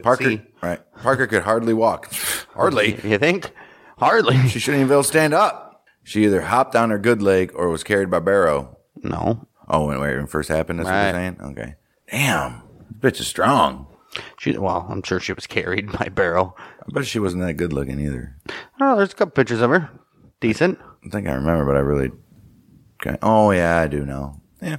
Speaker 7: Parker,
Speaker 6: see.
Speaker 7: right? Parker could hardly walk. hardly.
Speaker 6: You think? Hardly.
Speaker 7: She shouldn't even be able to stand up. She either hopped on her good leg or was carried by Barrow.
Speaker 6: No,
Speaker 7: Oh, when, when it first happened, that's
Speaker 6: Right.
Speaker 7: what you're saying? Okay. Damn. This bitch is strong.
Speaker 6: she. Well, I'm sure she was carried by barrel.
Speaker 7: I bet she wasn't that good looking either.
Speaker 6: Oh, there's a couple pictures of her. Decent.
Speaker 7: I think I remember, but I really. Okay. Oh, yeah, I do know. Yeah.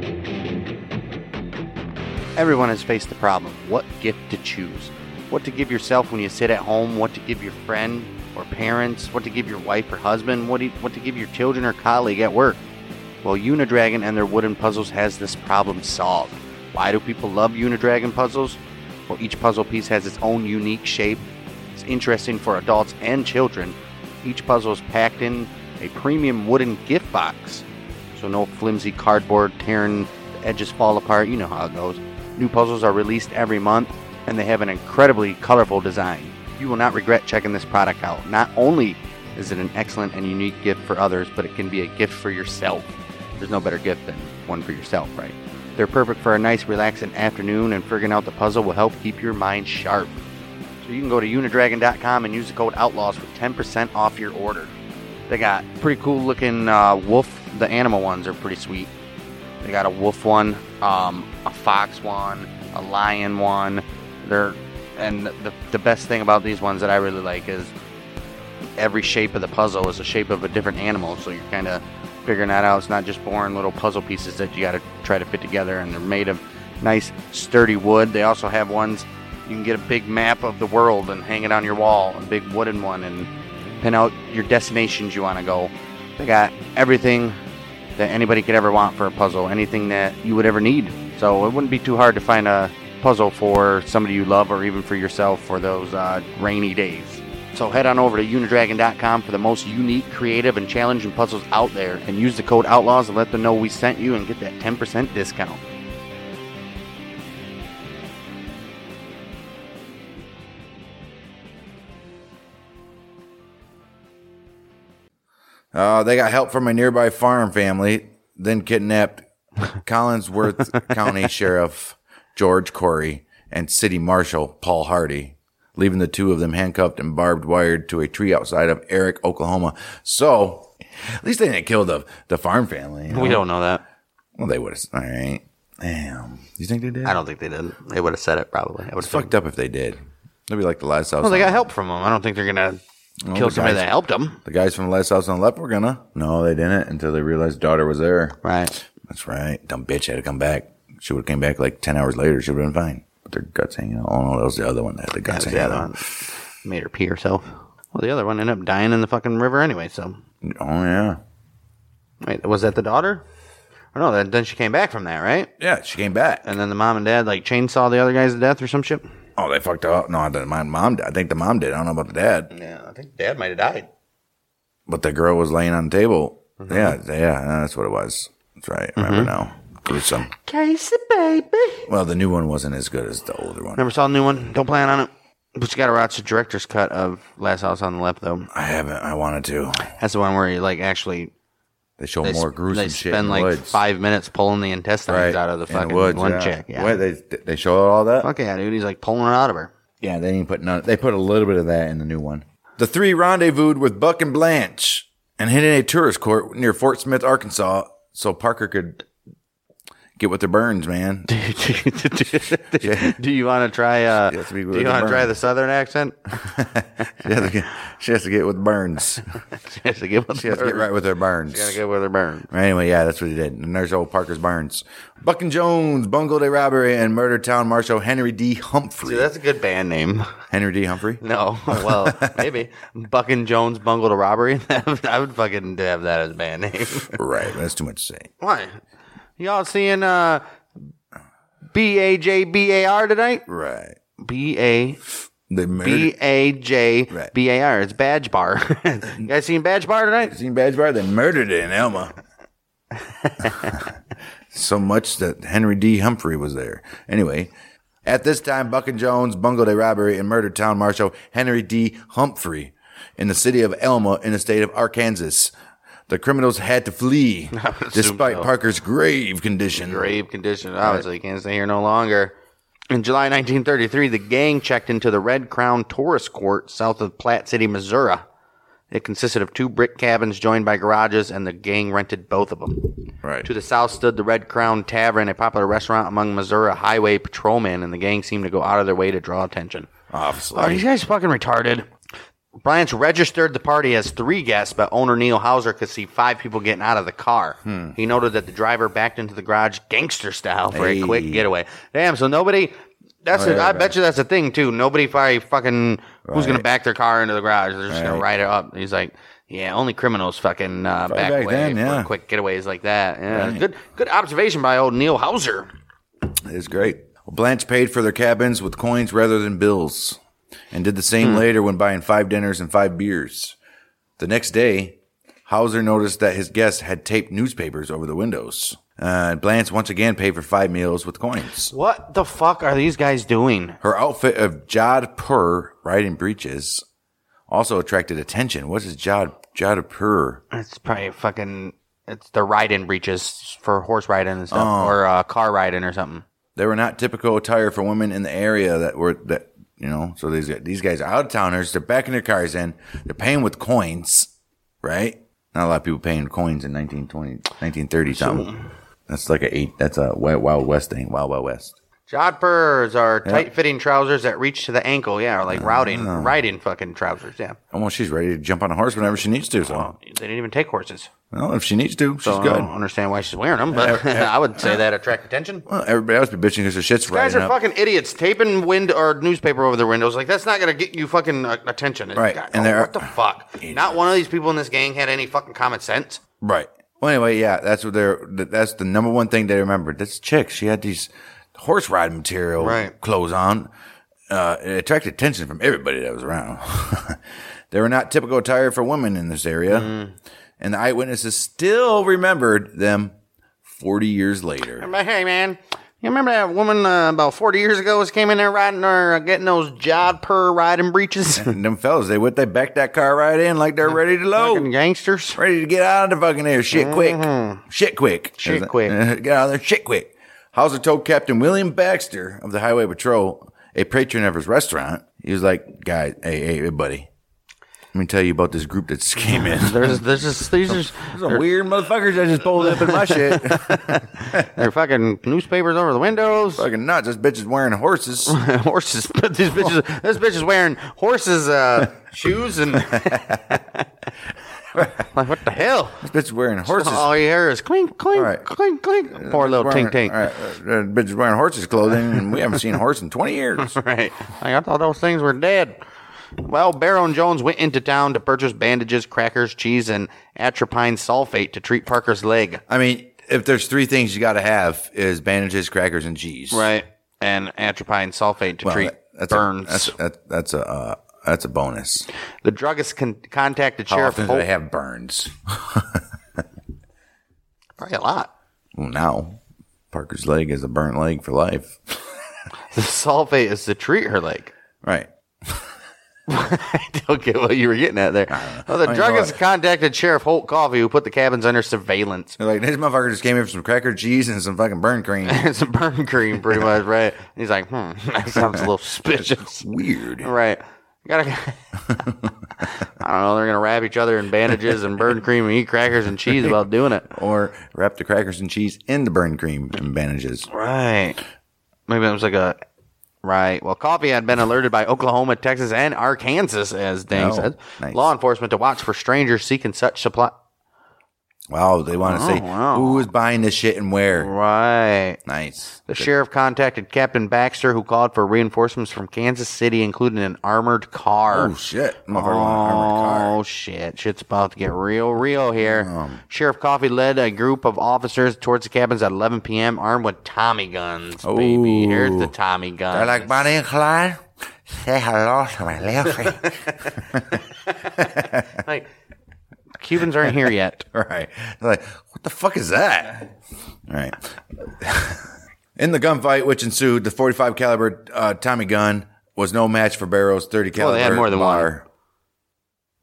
Speaker 6: Everyone has faced the problem what gift to choose. What to give yourself when you sit at home, what to give your friend or parents, what to give your wife or husband, what, do you- what to give your children or colleague at work. Well, Unidragon and their wooden puzzles has this problem solved. Why do people love Unidragon puzzles? Well, each puzzle piece has its own unique shape. It's interesting for adults and children. Each puzzle is packed in a premium wooden gift box. So no flimsy cardboard tearing the edges fall apart. You know how it goes. New puzzles are released every month, and they have an incredibly colorful design. You will not regret checking this product out. Not only is it an excellent and unique gift for others, but it can be a gift for yourself. There's no better gift than one for yourself, right? They're perfect for a nice, relaxing afternoon, and figuring out the puzzle will help keep your mind sharp. So you can go to unidragon.com and use the code OUTLAWS for 10% off your order. They got pretty cool looking uh, wolf. The animal ones are pretty sweet. They got a wolf one, um, a fox one, a lion one. They're and the, the best thing about these ones that I really like is every shape of the puzzle is a shape of a different animal. So you're kind of figuring that out. It's not just boring little puzzle pieces that you got to try to fit together, and they're made of nice, sturdy wood. They also have ones you can get a big map of the world and hang it on your wall, a big wooden one, and pin out your destinations you want to go. They got everything that anybody could ever want for a puzzle, anything that you would ever need. So it wouldn't be too hard to find a puzzle for somebody you love or even for yourself for those uh, rainy days. So head on over to unidragon.com for the most unique, creative, and challenging puzzles out there and use the code OUTLAWS and let them know we sent you and get that 10% discount.
Speaker 7: Uh, they got help from a nearby farm family, then kidnapped Collinsworth County Sheriff George Corey and City Marshal Paul Hardy, leaving the two of them handcuffed and barbed wired to a tree outside of Eric, Oklahoma. So, at least they didn't kill the, the farm family. you
Speaker 6: We don't know that.
Speaker 7: Well, they would have. All right. Damn. You think they did?
Speaker 6: I don't think they did. They would have said it probably. It
Speaker 7: It's fucked up if they did. They'd be like the last house.
Speaker 6: Well, they
Speaker 7: on
Speaker 6: got
Speaker 7: Left.
Speaker 6: help from them. I don't think they're gonna
Speaker 7: Well,
Speaker 6: kill
Speaker 7: the
Speaker 6: somebody
Speaker 7: guys-
Speaker 6: that helped them.
Speaker 7: The guys from the last house on the left were gonna. No, they didn't until they realized daughter was there.
Speaker 6: Right.
Speaker 7: That's right. Dumb bitch had to come back. She would have came back like ten hours later. She would have been fine. But their guts hanging out. Oh no, that was the other one that had the guts
Speaker 6: was the
Speaker 7: hanging
Speaker 6: other
Speaker 7: out.
Speaker 6: Made her pee herself. Well, the other one ended up dying in the fucking river anyway. So
Speaker 7: Oh yeah.
Speaker 6: wait, was that the daughter? I don't know. That, then she came back from that, right?
Speaker 7: Yeah, she came back.
Speaker 6: And then the mom and dad like chainsaw the other guys to death or some shit.
Speaker 7: Oh, they fucked up. No, the, my mom. I think the mom did. I don't know about the dad.
Speaker 6: Yeah, I think dad might have died.
Speaker 7: But the girl was laying on the table.
Speaker 6: Mhm.
Speaker 7: Yeah, yeah, that's what it was. That's right.
Speaker 6: Mm-hmm.
Speaker 7: I remember now. Gruesome.
Speaker 6: Casey, baby.
Speaker 7: Well, the new one wasn't as good as the older one.
Speaker 6: Never saw the new one. Don't plan on it. But you got to watch the director's cut of Last House on the Left, though.
Speaker 7: I haven't. I wanted to.
Speaker 6: That's the one where you like actually
Speaker 7: They show
Speaker 6: they
Speaker 7: more
Speaker 6: sp-
Speaker 7: gruesome
Speaker 6: They
Speaker 7: shit
Speaker 6: spend
Speaker 7: in the
Speaker 6: like
Speaker 7: woods.
Speaker 6: five minutes pulling the intestines out of the
Speaker 7: In
Speaker 6: fucking
Speaker 7: woods,
Speaker 6: one
Speaker 7: yeah.
Speaker 6: chick. Yeah.
Speaker 7: What, they they show all that?
Speaker 6: Fuck yeah, dude. He's like pulling her out of her.
Speaker 7: Yeah, they didn't put none. They put a little bit of that in the new one. The three rendezvoused with Buck and Blanche and hid in a tourist court near Fort Smith, Arkansas, so Parker could get with the burns, man. yeah,
Speaker 6: Do you want to try? Uh,
Speaker 7: has to be
Speaker 6: do
Speaker 7: with
Speaker 6: you
Speaker 7: the
Speaker 6: want to try
Speaker 7: burn.
Speaker 6: the southern accent?
Speaker 7: she has to get, she has to get with burns.
Speaker 6: she has to get with
Speaker 7: She has to get right with her burns.
Speaker 6: She has to get with her burn.
Speaker 7: Anyway, yeah, that's what he did. And there's old Parker's Burns. Buck and Jones bungled a robbery and murdered town marshal Henry D. Humphrey.
Speaker 6: Dude, that's a good band name.
Speaker 7: Henry D. Humphrey?
Speaker 6: No, well, maybe Buck and Jones bungled a robbery. I would fucking have that as a band name.
Speaker 7: right, that's too much to say.
Speaker 6: Why? Y'all seeing uh, B A J B A R tonight?
Speaker 7: Right.
Speaker 6: B A
Speaker 7: They murdered.
Speaker 6: B A J
Speaker 7: Right.
Speaker 6: B A R. It's Badge Bar. you guys seen Badge Bar tonight?
Speaker 7: Seen Badge Bar? They murdered it in Elma. so much that Henry D. Humphrey was there. Anyway, at this time, Buck and Jones bungled a robbery and murdered town marshal Henry D. Humphrey in the city of Elma in the state of Arkansas. The criminals had to flee
Speaker 6: assume
Speaker 7: despite
Speaker 6: so.
Speaker 7: Parker's grave condition.
Speaker 6: Grave condition. Obviously, can't stay here no longer. In July 1933, the gang checked into the Red Crown Tourist Court south of Platte City, Missouri. It consisted of two brick cabins joined by garages, and the gang rented both of them.
Speaker 7: Right.
Speaker 6: To the south stood the Red Crown Tavern, a popular restaurant among Missouri highway patrolmen, and the gang seemed to go out of their way to draw attention. Are
Speaker 7: Obviously.
Speaker 6: these guys fucking retarded? Bryant's registered the party as three guests, but owner Neil Hauser could see five people getting out of the car.
Speaker 7: Hmm.
Speaker 6: He noted that the driver backed into the garage gangster style for
Speaker 7: Hey.
Speaker 6: a quick getaway. Damn, so nobody. That's
Speaker 7: Right,
Speaker 6: a, I
Speaker 7: right.
Speaker 6: bet you that's a thing too. Nobody fi- fucking who's gonna
Speaker 7: Right.
Speaker 6: back their car into the garage. They're just gonna
Speaker 7: Right.
Speaker 6: ride it up. He's like, yeah, only criminals fucking uh,
Speaker 7: Probably
Speaker 6: back,
Speaker 7: back
Speaker 6: way
Speaker 7: then, yeah.
Speaker 6: for quick getaways like that. Yeah,
Speaker 7: Right.
Speaker 6: good good observation by old Neil Hauser.
Speaker 7: It's great. Blanche paid for their cabins with coins rather than bills and did the
Speaker 6: Hmm.
Speaker 7: same later when buying five dinners and five beers. The next day, Hauser noticed that his guests had taped newspapers over the windows. Uh, Blanche once again paid for five meals with coins.
Speaker 6: What the fuck are these guys doing?
Speaker 7: Her outfit of jodhpur riding breeches also attracted attention. What is jod jodhpur?
Speaker 6: It's probably a fucking. It's the riding breeches for horse riding and stuff, or uh, car riding or something.
Speaker 7: Oh. They were not typical attire for women in the area that were that you know. So these these guys are out of towners. They're backing their cars in. They're paying with coins, right? Not a lot of people paying coins in 1920, 1930 something. That's like a eight. That's a Wild, Wild West thing. Wild Wild West.
Speaker 6: Jodhpurs are tight-fitting trousers that reach to the ankle. Yeah, or like riding, riding fucking trousers. Yeah,
Speaker 7: Almost Ah. Oh, she's ready to jump on a horse whenever she needs to. So,
Speaker 6: they didn't even take horses.
Speaker 7: well, if she needs to, she's
Speaker 6: So I
Speaker 7: good.
Speaker 6: don't understand why she's wearing them, but I would say that attract attention.
Speaker 7: Well, everybody else be bitching because their shit's
Speaker 6: Guys
Speaker 7: riding
Speaker 6: are
Speaker 7: up.
Speaker 6: fucking idiots taping wind or newspaper over their windows. Like that's not gonna get you fucking uh, attention. It's
Speaker 7: Right,
Speaker 6: got-
Speaker 7: and
Speaker 6: oh,
Speaker 7: they're-
Speaker 6: what the fuck? Not one of these people in this gang had any fucking common sense.
Speaker 7: Right. Well, anyway, yeah, that's what they're. th- That's the number one thing they remembered. This chick, she had these horse riding material
Speaker 6: Right.
Speaker 7: clothes on. Uh, it attracted attention from everybody that was around. they were not typical attire for women in this area,
Speaker 6: Mm-hmm.
Speaker 7: and the eyewitnesses still remembered them forty years later.
Speaker 6: But hey, man, You remember that woman uh, about 40 years ago was came in there riding or uh, getting those jod per riding breeches?
Speaker 7: Them fellas, they what they back that car right in like they're ready to load.
Speaker 6: gangsters.
Speaker 7: Ready to get out of the fucking air. Shit quick. Shit quick.
Speaker 6: Mm-hmm. Shit
Speaker 7: Is it-
Speaker 6: quick.
Speaker 7: get out of there. Shit quick. Hauser told Captain William Baxter of the Highway Patrol, a patron of his restaurant, he was like, guys, hey, hey, hey, buddy. Let me tell you about this group that just came in.
Speaker 6: There's, there's just, these are
Speaker 7: some weird motherfuckers that just pulled up in my shit.
Speaker 6: They're fucking newspapers over the windows.
Speaker 7: Fucking nuts. This bitch is wearing horses.
Speaker 6: horses. this bitch is this bitch is wearing horses uh, shoes and like what the hell?
Speaker 7: This bitch is wearing horses.
Speaker 6: All you hear is clink clink
Speaker 7: right.
Speaker 6: clink clink. Poor little
Speaker 7: Wearing-
Speaker 6: tink tink.
Speaker 7: All right, uh, bitch is wearing horses clothing, and we haven't seen a horse in twenty years.
Speaker 6: right. Like, I thought those things were dead. Well, Baron Jones went into town to purchase bandages, crackers, cheese, and atropine sulfate to treat Parker's leg.
Speaker 7: I mean, if there's three things you got to have is bandages, crackers, and cheese.
Speaker 6: Right. And atropine sulfate to
Speaker 7: Well,
Speaker 6: treat
Speaker 7: that- that's A,
Speaker 6: burns.
Speaker 7: that's that, that's a uh, that's a bonus.
Speaker 6: the druggist con- contacted
Speaker 7: How
Speaker 6: Sheriff
Speaker 7: often do
Speaker 6: Holt.
Speaker 7: they have burns?
Speaker 6: Probably a lot.
Speaker 7: Well, now Parker's leg is a burnt leg for life.
Speaker 6: The sulfate is to treat her leg.
Speaker 7: Right.
Speaker 6: I don't get what you were getting at there. Well, the
Speaker 7: I know
Speaker 6: druggist
Speaker 7: it.
Speaker 6: contacted Sheriff Holt Coffee, who put the cabins under surveillance.
Speaker 7: They're like, this motherfucker just came here for some cracker cheese and some fucking burn cream.
Speaker 6: it's a burn cream, pretty much, right? And he's like, hmm, that sounds a little suspicious.
Speaker 7: Weird.
Speaker 6: Right. Gotta, I don't know. They're going to wrap each other in bandages and burn cream and eat crackers and cheese while doing it.
Speaker 7: Or wrap the crackers and cheese in the burn cream and bandages.
Speaker 6: Right. Maybe it was like a. Right. Well, Coffee had been alerted by Oklahoma, Texas, and Arkansas, as Dang
Speaker 7: Oh,
Speaker 6: said.
Speaker 7: nice.
Speaker 6: Law enforcement to watch for strangers seeking such supply. Oh,
Speaker 7: Wow, Oh, they want to say
Speaker 6: wow.
Speaker 7: who is buying this shit and where.
Speaker 6: Right.
Speaker 7: Nice.
Speaker 6: The sheriff contacted Captain Baxter, who called for reinforcements from Kansas City, including an armored car.
Speaker 7: Oh shit! Motherfucker want an armored car.
Speaker 6: Oh, shit. Shit's about to get real, real here. Sheriff Coffee led a group of officers towards the cabins at 11 p.m., armed with Tommy guns. Baby, here's the Tommy guns.
Speaker 7: They're like Bonnie and Clyde. Say hello to my little friend.
Speaker 6: Like, Cubans aren't here yet.
Speaker 7: right. They're like, what the fuck is that? All right. In the gunfight which ensued, the 45 caliber uh, Tommy gun was no match for Barrow's 30
Speaker 6: Well,
Speaker 7: caliber.
Speaker 6: they had more than one.
Speaker 7: one.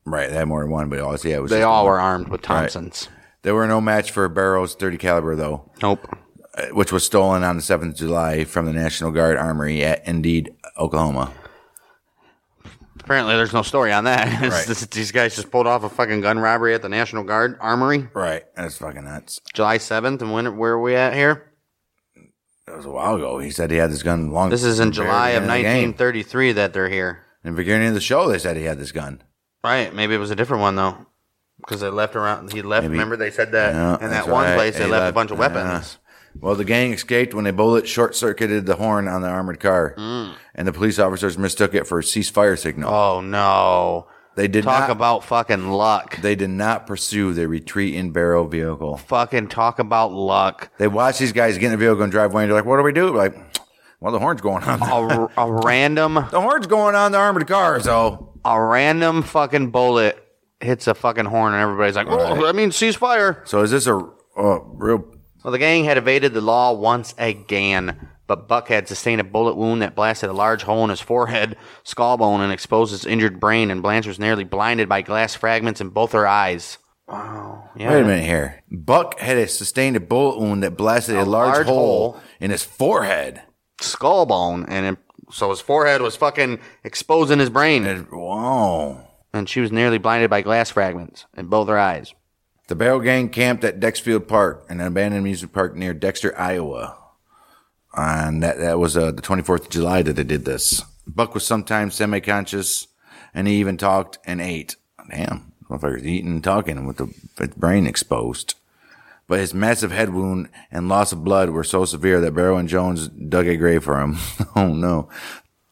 Speaker 7: Right, they had more than one, but all yeah, it was
Speaker 6: They
Speaker 7: just
Speaker 6: all
Speaker 7: one.
Speaker 6: were armed with Thompsons.
Speaker 7: They were no match for Barrow's 30 caliber though,
Speaker 6: Nope.
Speaker 7: uh, which was stolen on the 7th of July from the National Guard Armory at Indeed, Oklahoma.
Speaker 6: Apparently, there's no story on that. It's
Speaker 7: Right.
Speaker 6: just- these guys just pulled off a fucking gun robbery at the National Guard Armory,
Speaker 7: Right, that's fucking nuts.
Speaker 6: July 7th. And when, where are we at here?
Speaker 7: That was a while ago. He said he had this gun long.
Speaker 6: This is in July of
Speaker 7: Very beginning the game.
Speaker 6: 1933 that they're here.
Speaker 7: In the beginning of the show, they said he had this gun.
Speaker 6: Right. Maybe it was a different one though, because they left around. He left.
Speaker 7: Maybe.
Speaker 6: Remember they said that
Speaker 7: Yeah,
Speaker 6: in
Speaker 7: that's
Speaker 6: that one
Speaker 7: right.
Speaker 6: place they
Speaker 7: He
Speaker 6: left, a
Speaker 7: left-
Speaker 6: bunch of weapons.
Speaker 7: Well, the gang escaped when a bullet short circuited the horn on the armored car,
Speaker 6: Hmm.
Speaker 7: and the police officers mistook it for a ceasefire signal.
Speaker 6: Oh no!
Speaker 7: they did
Speaker 6: talk
Speaker 7: not,
Speaker 6: about fucking luck.
Speaker 7: They did not pursue their retreat in barrel vehicle.
Speaker 6: fucking talk about luck.
Speaker 7: They watched these guys get in the vehicle and drive away. And they're like, "What do we do?" Like, well, the horn's going on.
Speaker 6: A, r- a random,
Speaker 7: The horn's going on the armored car, so
Speaker 6: a random fucking bullet hits a fucking horn, and everybody's like, "Oh, that means ceasefire."
Speaker 7: so is this a, a real?
Speaker 6: Well, the gang had evaded the law once again, but Buck had sustained a bullet wound that blasted a large hole in his forehead, skull bone, and exposed his injured brain, and Blanche was nearly blinded by glass fragments in both her eyes. Wow. Yeah.
Speaker 7: Wait a minute here. Buck had a sustained a bullet wound that blasted a, large,
Speaker 6: large
Speaker 7: hole,
Speaker 6: hole.
Speaker 7: in his forehead.
Speaker 6: Skull bone, and it, so his forehead was fucking exposing his brain,
Speaker 7: It- Whoa.
Speaker 6: and she was nearly blinded by glass fragments in both her eyes.
Speaker 7: The Barrel Gang camped at Dexfield Park, an abandoned amusement park near Dexter, Iowa. And that, that was uh, the 24th of July that they did this. Buck was sometimes semi conscious, and he even talked and ate. Damn, motherfucker's eating and talking with the with the brain exposed. But his massive head wound and loss of blood were so severe that Barrow and Jones dug a grave for him. oh no.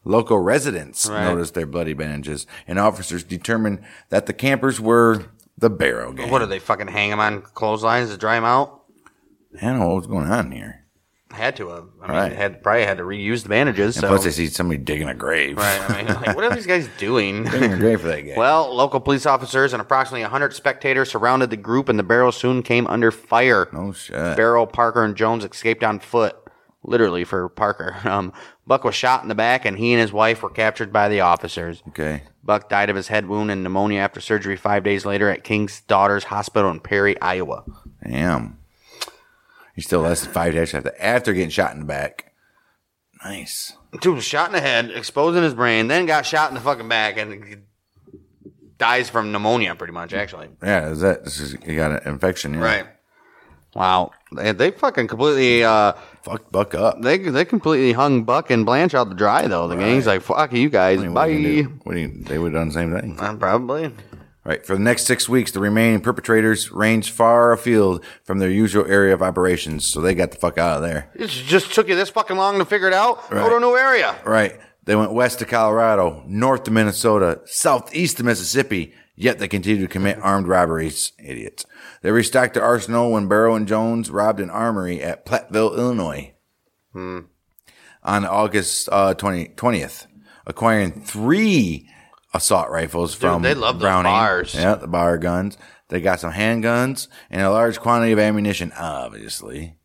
Speaker 7: Local residents noticed their bloody bandages, and officers determined that the campers were the Barrow Gang.
Speaker 6: What do they fucking hang him on clotheslines to dry him out?
Speaker 7: I don't know what's going on here.
Speaker 6: Had to have. I mean,
Speaker 7: Right.
Speaker 6: had probably had to reuse the bandages.
Speaker 7: And
Speaker 6: so.
Speaker 7: plus, I see somebody digging a grave.
Speaker 6: right. I mean, like, what are these guys doing?
Speaker 7: digging a grave for that guy.
Speaker 6: Well, local police officers and approximately 100 spectators surrounded the group, and the barrel soon came under fire.
Speaker 7: oh shit.
Speaker 6: Barrel, Parker, and Jones escaped on foot. literally for Parker. Um, Buck was shot in the back, and he and his wife were captured by the officers.
Speaker 7: Okay.
Speaker 6: Buck died of his head wound and pneumonia after surgery five days later at King's Daughters Hospital in Perry, Iowa.
Speaker 7: Damn. He still less than five days after after getting shot in the back. Nice.
Speaker 6: Dude was shot in the head, exposing his brain, then got shot in the fucking back, and dies from pneumonia, pretty much, actually.
Speaker 7: Yeah, is that this is, he got an infection? Yeah.
Speaker 6: Right. Wow. They, they fucking completely uh
Speaker 7: fucked Buck up.
Speaker 6: They they completely hung Buck and Blanche out to dry though. The gang's like, fuck you guys.
Speaker 7: I mean, What
Speaker 6: Bye.
Speaker 7: do you do? What do you, they would have done the same thing.
Speaker 6: Uh, probably.
Speaker 7: All right. For the next six weeks, the remaining perpetrators ranged far afield from their usual area of operations, so they got the fuck out of there.
Speaker 6: It just took you this fucking long to figure it out. Go
Speaker 7: Right.
Speaker 6: to a new area.
Speaker 7: Right. They went west to Colorado, north to Minnesota, southeast to Mississippi, yet they continued to commit armed robberies. Idiots. They restocked the arsenal when Barrow and Jones robbed an armory at Platteville, Illinois. On August uh, 20, 20th, acquiring three assault rifles from
Speaker 6: they love those
Speaker 7: Browning.
Speaker 6: bars.
Speaker 7: Yeah, the bar guns. They got some handguns and a large quantity of ammunition, obviously.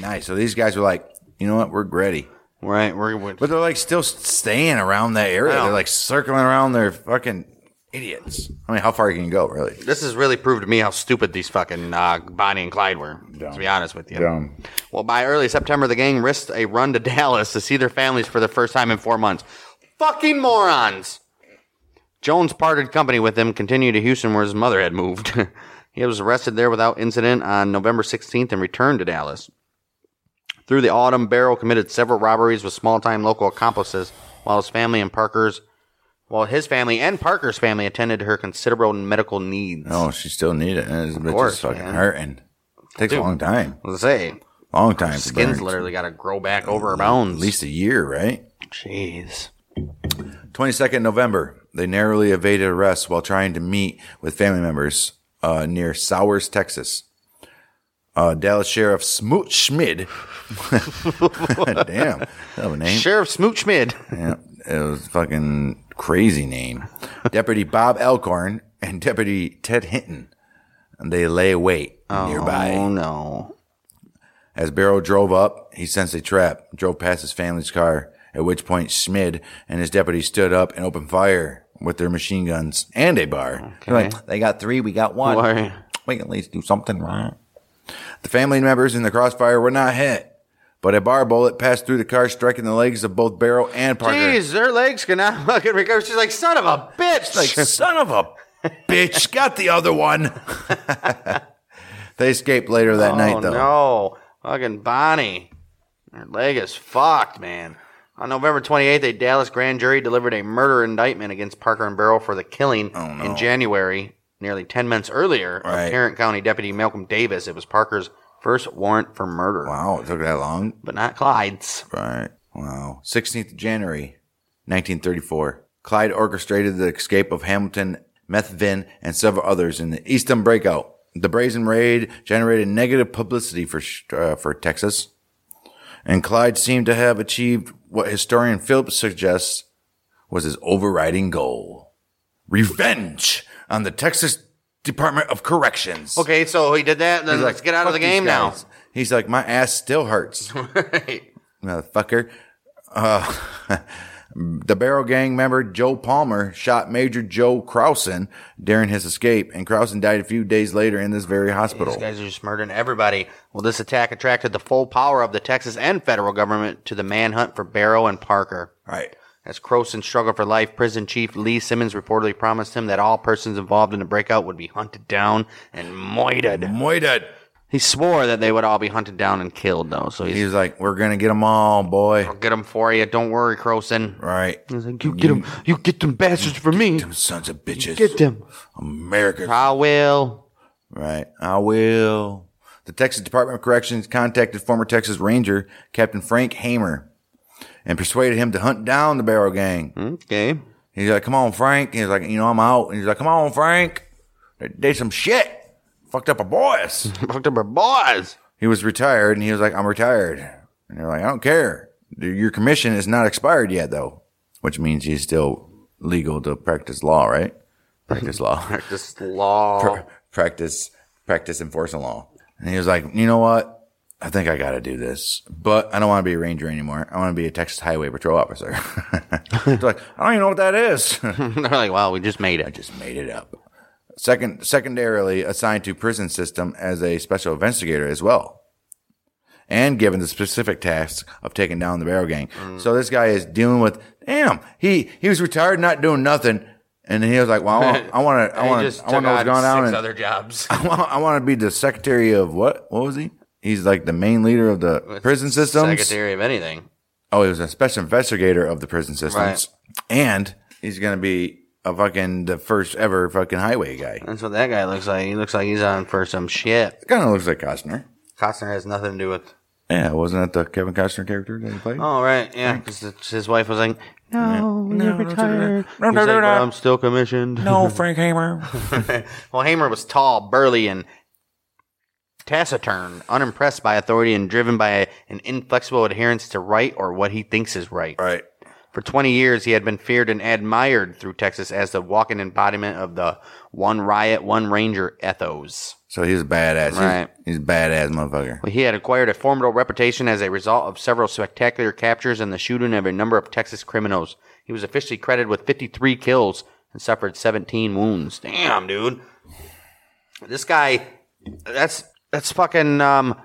Speaker 7: Nice. So these guys were like, you know what? We're ready.
Speaker 6: Right. We're, we're
Speaker 7: But they're like still staying around that area.
Speaker 6: I know.
Speaker 7: They're like circling around their fucking idiots. I mean, how far can you go, really?
Speaker 6: this has really proved to me how stupid these fucking uh, Bonnie and Clyde were. To be honest with you.
Speaker 7: Dumb.
Speaker 6: Well, by early September, the gang risked a run to Dallas to see their families for the first time in four months. Fucking morons! Jones parted company with them, continued to Houston where his mother had moved. he was arrested there without incident on November 16th and returned to Dallas. Through the autumn, Barrow committed several robberies with small time local accomplices while his family and Parker's while his family and Parker's family attended to her considerable medical needs.
Speaker 7: No, she still need it. And this bitch
Speaker 6: course,
Speaker 7: is fucking
Speaker 6: man.
Speaker 7: hurting. Takes a
Speaker 6: Dude.
Speaker 7: long time.
Speaker 6: Let's say
Speaker 7: Long time. for
Speaker 6: skin's
Speaker 7: burns.
Speaker 6: literally got to grow back over her
Speaker 7: At
Speaker 6: bones.
Speaker 7: least a year, right?
Speaker 6: Jeez.
Speaker 7: 22nd November, they narrowly evaded arrest while trying to meet with family members uh, near Sowers, Texas. Uh, Dallas Sheriff Smoot Schmid. Damn. Hell of a name.
Speaker 6: Sheriff Smooch Mid.
Speaker 7: Yeah, it was a fucking crazy name. Deputy Bob Elkhorn and Deputy Ted Hinton. And they lay wait
Speaker 6: Oh
Speaker 7: nearby.
Speaker 6: no.
Speaker 7: As Barrow drove up, he sensed a trap, drove past his family's car, at which point Schmid and his deputy stood up and opened fire with their machine guns and a bar. They're like, they got three, we got one.
Speaker 6: Why?
Speaker 7: We can at least do something right. The family members in the crossfire were not hit, but a bar bullet passed through the car, striking the legs of both Barrow and Parker.
Speaker 6: Jeez, their legs cannot fucking recover. She's like, son of a bitch.
Speaker 7: like son of a bitch got the other one they escaped later that
Speaker 6: oh,
Speaker 7: night though
Speaker 6: no. Fucking Bonnie. Her leg is fucked, man. On November 28th, a Dallas grand jury delivered a murder indictment against Parker and Barrow for the killing in January, nearly 10 months earlier,
Speaker 7: Oh, Right.
Speaker 6: of Tarrant County Deputy Malcolm Davis. It was Parker's first warrant for murder,
Speaker 7: wow it took that long
Speaker 6: but not Clyde's.
Speaker 7: right wow 16th of january 1934 clyde orchestrated the escape of hamilton methvin and several others in the easton breakout the brazen raid generated negative publicity for sh- uh, for texas and clyde seemed to have achieved what historian phillips suggests was his overriding goal revenge on the Texas Department of Corrections.
Speaker 6: Okay, so he did that. Then
Speaker 7: He's like,
Speaker 6: let's get out of the
Speaker 7: "Fuck these
Speaker 6: game now.
Speaker 7: guys." He's like, my ass still hurts, motherfucker. Uh, the Barrel Gang member Joe Palmer shot Major Joe Crowson during his escape, and Crowson died a few days later in this very hospital.
Speaker 6: These guys are just murdering everybody. Well, this attack attracted the full power of the Texas and federal government to the manhunt for Barrow and Parker.
Speaker 7: Right.
Speaker 6: As Croson struggled for life, prison chief Lee Simmons reportedly promised him that all persons involved in the breakout would be hunted down and moited.
Speaker 7: Moided.
Speaker 6: He swore that they would all be hunted down and killed, though. So
Speaker 7: He
Speaker 6: he's
Speaker 7: was like, we're going to get them all, boy.
Speaker 6: I'll get them for you. Don't worry, Croson.
Speaker 7: Right.
Speaker 6: He's like, you get them, you get them bastards for me.
Speaker 7: Them sons of bitches.
Speaker 6: Get them.
Speaker 7: America.
Speaker 6: I will.
Speaker 7: Right. I will. The Texas Department of Corrections contacted former Texas Ranger Captain Frank Hamer and persuaded him to hunt down the Barrel Gang.
Speaker 6: Okay.
Speaker 7: He's like, come on, Frank. And he's like, you know, I'm out. And he's like, come on, Frank. They did some shit. Fucked up our boys.
Speaker 6: Fucked up our boys.
Speaker 7: he was retired and he was like, I'm retired. And they're like, I don't care. Your commission is not expired yet, though, which means he's still legal to practice law, right? Practice law.
Speaker 6: Just law.
Speaker 7: pra- practice practice enforcing law. And he was like, you know what? I think I got to do this, but I don't want to be a ranger anymore. I want to be a Texas Highway Patrol officer. They're like, I don't even know what that is. They're
Speaker 6: like, wow, we just made it. I
Speaker 7: just made it up. Second, secondarily assigned to prison system as a special investigator as well, and given the specific task of taking down the barrel gang.
Speaker 6: Mm.
Speaker 7: So this guy is dealing with, damn, he he was retired, not doing nothing, and he was like, well, I want to, I
Speaker 6: He
Speaker 7: want
Speaker 6: just
Speaker 7: to, I want
Speaker 6: took
Speaker 7: to
Speaker 6: on
Speaker 7: what's going on.
Speaker 6: six
Speaker 7: and-
Speaker 6: other jobs.
Speaker 7: I want, I want to be the secretary of what? What was he? He's like the main leader of the prison systems.
Speaker 6: Secretary of anything.
Speaker 7: Oh, he was a special investigator of the prison systems,
Speaker 6: Right.
Speaker 7: and he's gonna be a fucking the first ever fucking highway guy.
Speaker 6: That's what that guy looks like. He looks like he's on for some shit.
Speaker 7: Kind of looks like Costner.
Speaker 6: Costner has nothing to do with.
Speaker 7: Yeah, wasn't that the Kevin Costner character that he played?
Speaker 6: Oh right, yeah, because his wife was like, "No,
Speaker 7: Yeah.
Speaker 6: you're
Speaker 7: No, no,
Speaker 6: retired."
Speaker 7: no, no,
Speaker 6: He's
Speaker 7: no,
Speaker 6: like,
Speaker 7: no,
Speaker 6: "But
Speaker 7: no."
Speaker 6: I'm still commissioned.
Speaker 7: No, Frank Hamer.
Speaker 6: well, Hamer was tall, burly, and taciturn, unimpressed by authority, and driven by an inflexible adherence to right or what he thinks is right.
Speaker 7: Right.
Speaker 6: For 20 years, he had been feared and admired through Texas as the walking embodiment of the one riot, one ranger ethos.
Speaker 7: So he's a badass. He's-
Speaker 6: Right.
Speaker 7: He's, a badass motherfucker.
Speaker 6: He had acquired a formidable reputation as a result of several spectacular captures and the shooting of a number of Texas criminals. He was officially credited with 53 kills and suffered 17 wounds. Damn, dude. This guy, that's that's fucking um,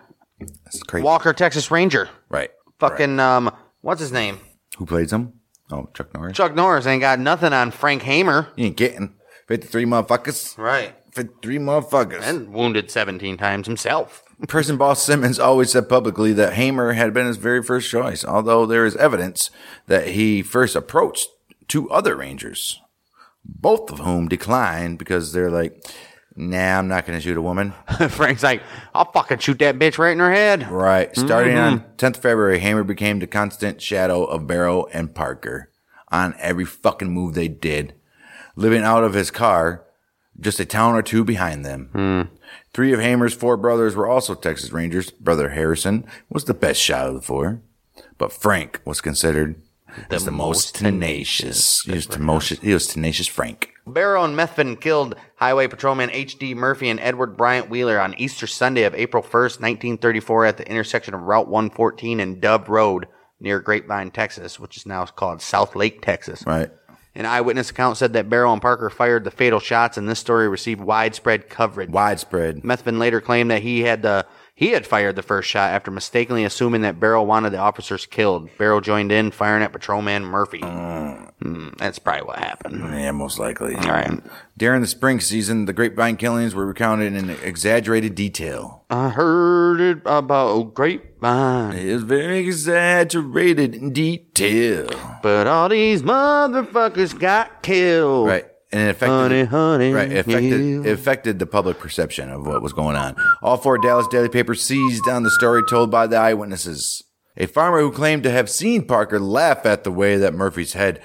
Speaker 7: crazy.
Speaker 6: Walker, Texas Ranger.
Speaker 7: Right.
Speaker 6: Fucking um, what's his name?
Speaker 7: Who plays him? Oh, Chuck Norris.
Speaker 6: Chuck Norris ain't got nothing on Frank Hamer.
Speaker 7: You ain't getting fifty-three motherfuckers.
Speaker 6: Right.
Speaker 7: Fifty-three motherfuckers.
Speaker 6: And wounded 17 times himself.
Speaker 7: Prison boss Simmons always said publicly that Hamer had been his very first choice, although there is evidence that he first approached two other Rangers, both of whom declined because they're like, nah, I'm not going to shoot a woman.
Speaker 6: Frank's like, I'll fucking shoot that bitch right in her head. Mm-hmm.
Speaker 7: Right. Starting on 10th February, Hamer became the constant shadow of Barrow and Parker on every fucking move they did, living out of his car just a town or two behind
Speaker 6: Hmm.
Speaker 7: them. Three of Hamer's four brothers were also Texas Rangers. Brother Harrison was the best shot of the four, but Frank was considered the, the most tenacious. He was tenacious. He was tenacious Frank.
Speaker 6: Barrow and Methvin killed Highway Patrolman H.D. Murphy and Edward Bryant Wheeler on Easter Sunday of April 1st, 1934, at the intersection of Route 114 and Dub Road near Grapevine, Texas, which is now called South Lake, Texas.
Speaker 7: Right.
Speaker 6: An eyewitness account said that Barrow and Parker fired the fatal shots, and this story received widespread coverage.
Speaker 7: Widespread.
Speaker 6: Methvin later claimed that he had the he had fired the first shot after mistakenly assuming that Barrow wanted the officers killed. Barrow joined in, firing at Patrolman Murphy. Hmm, that's probably what happened.
Speaker 7: Mm. Yeah, most likely.
Speaker 6: All right.
Speaker 7: During the spring season, the grapevine killings were recounted in exaggerated detail.
Speaker 6: I heard it about grapevine.
Speaker 7: It was very exaggerated in detail.
Speaker 6: But all these motherfuckers got killed.
Speaker 7: Right. And it affected,
Speaker 6: Honey, honey,
Speaker 7: right, it affected,
Speaker 6: yeah.
Speaker 7: it affected the public perception of what was going on. All four Dallas daily papers seized on the story told by the eyewitnesses. A farmer who claimed to have seen Parker laugh at the way that Murphy's head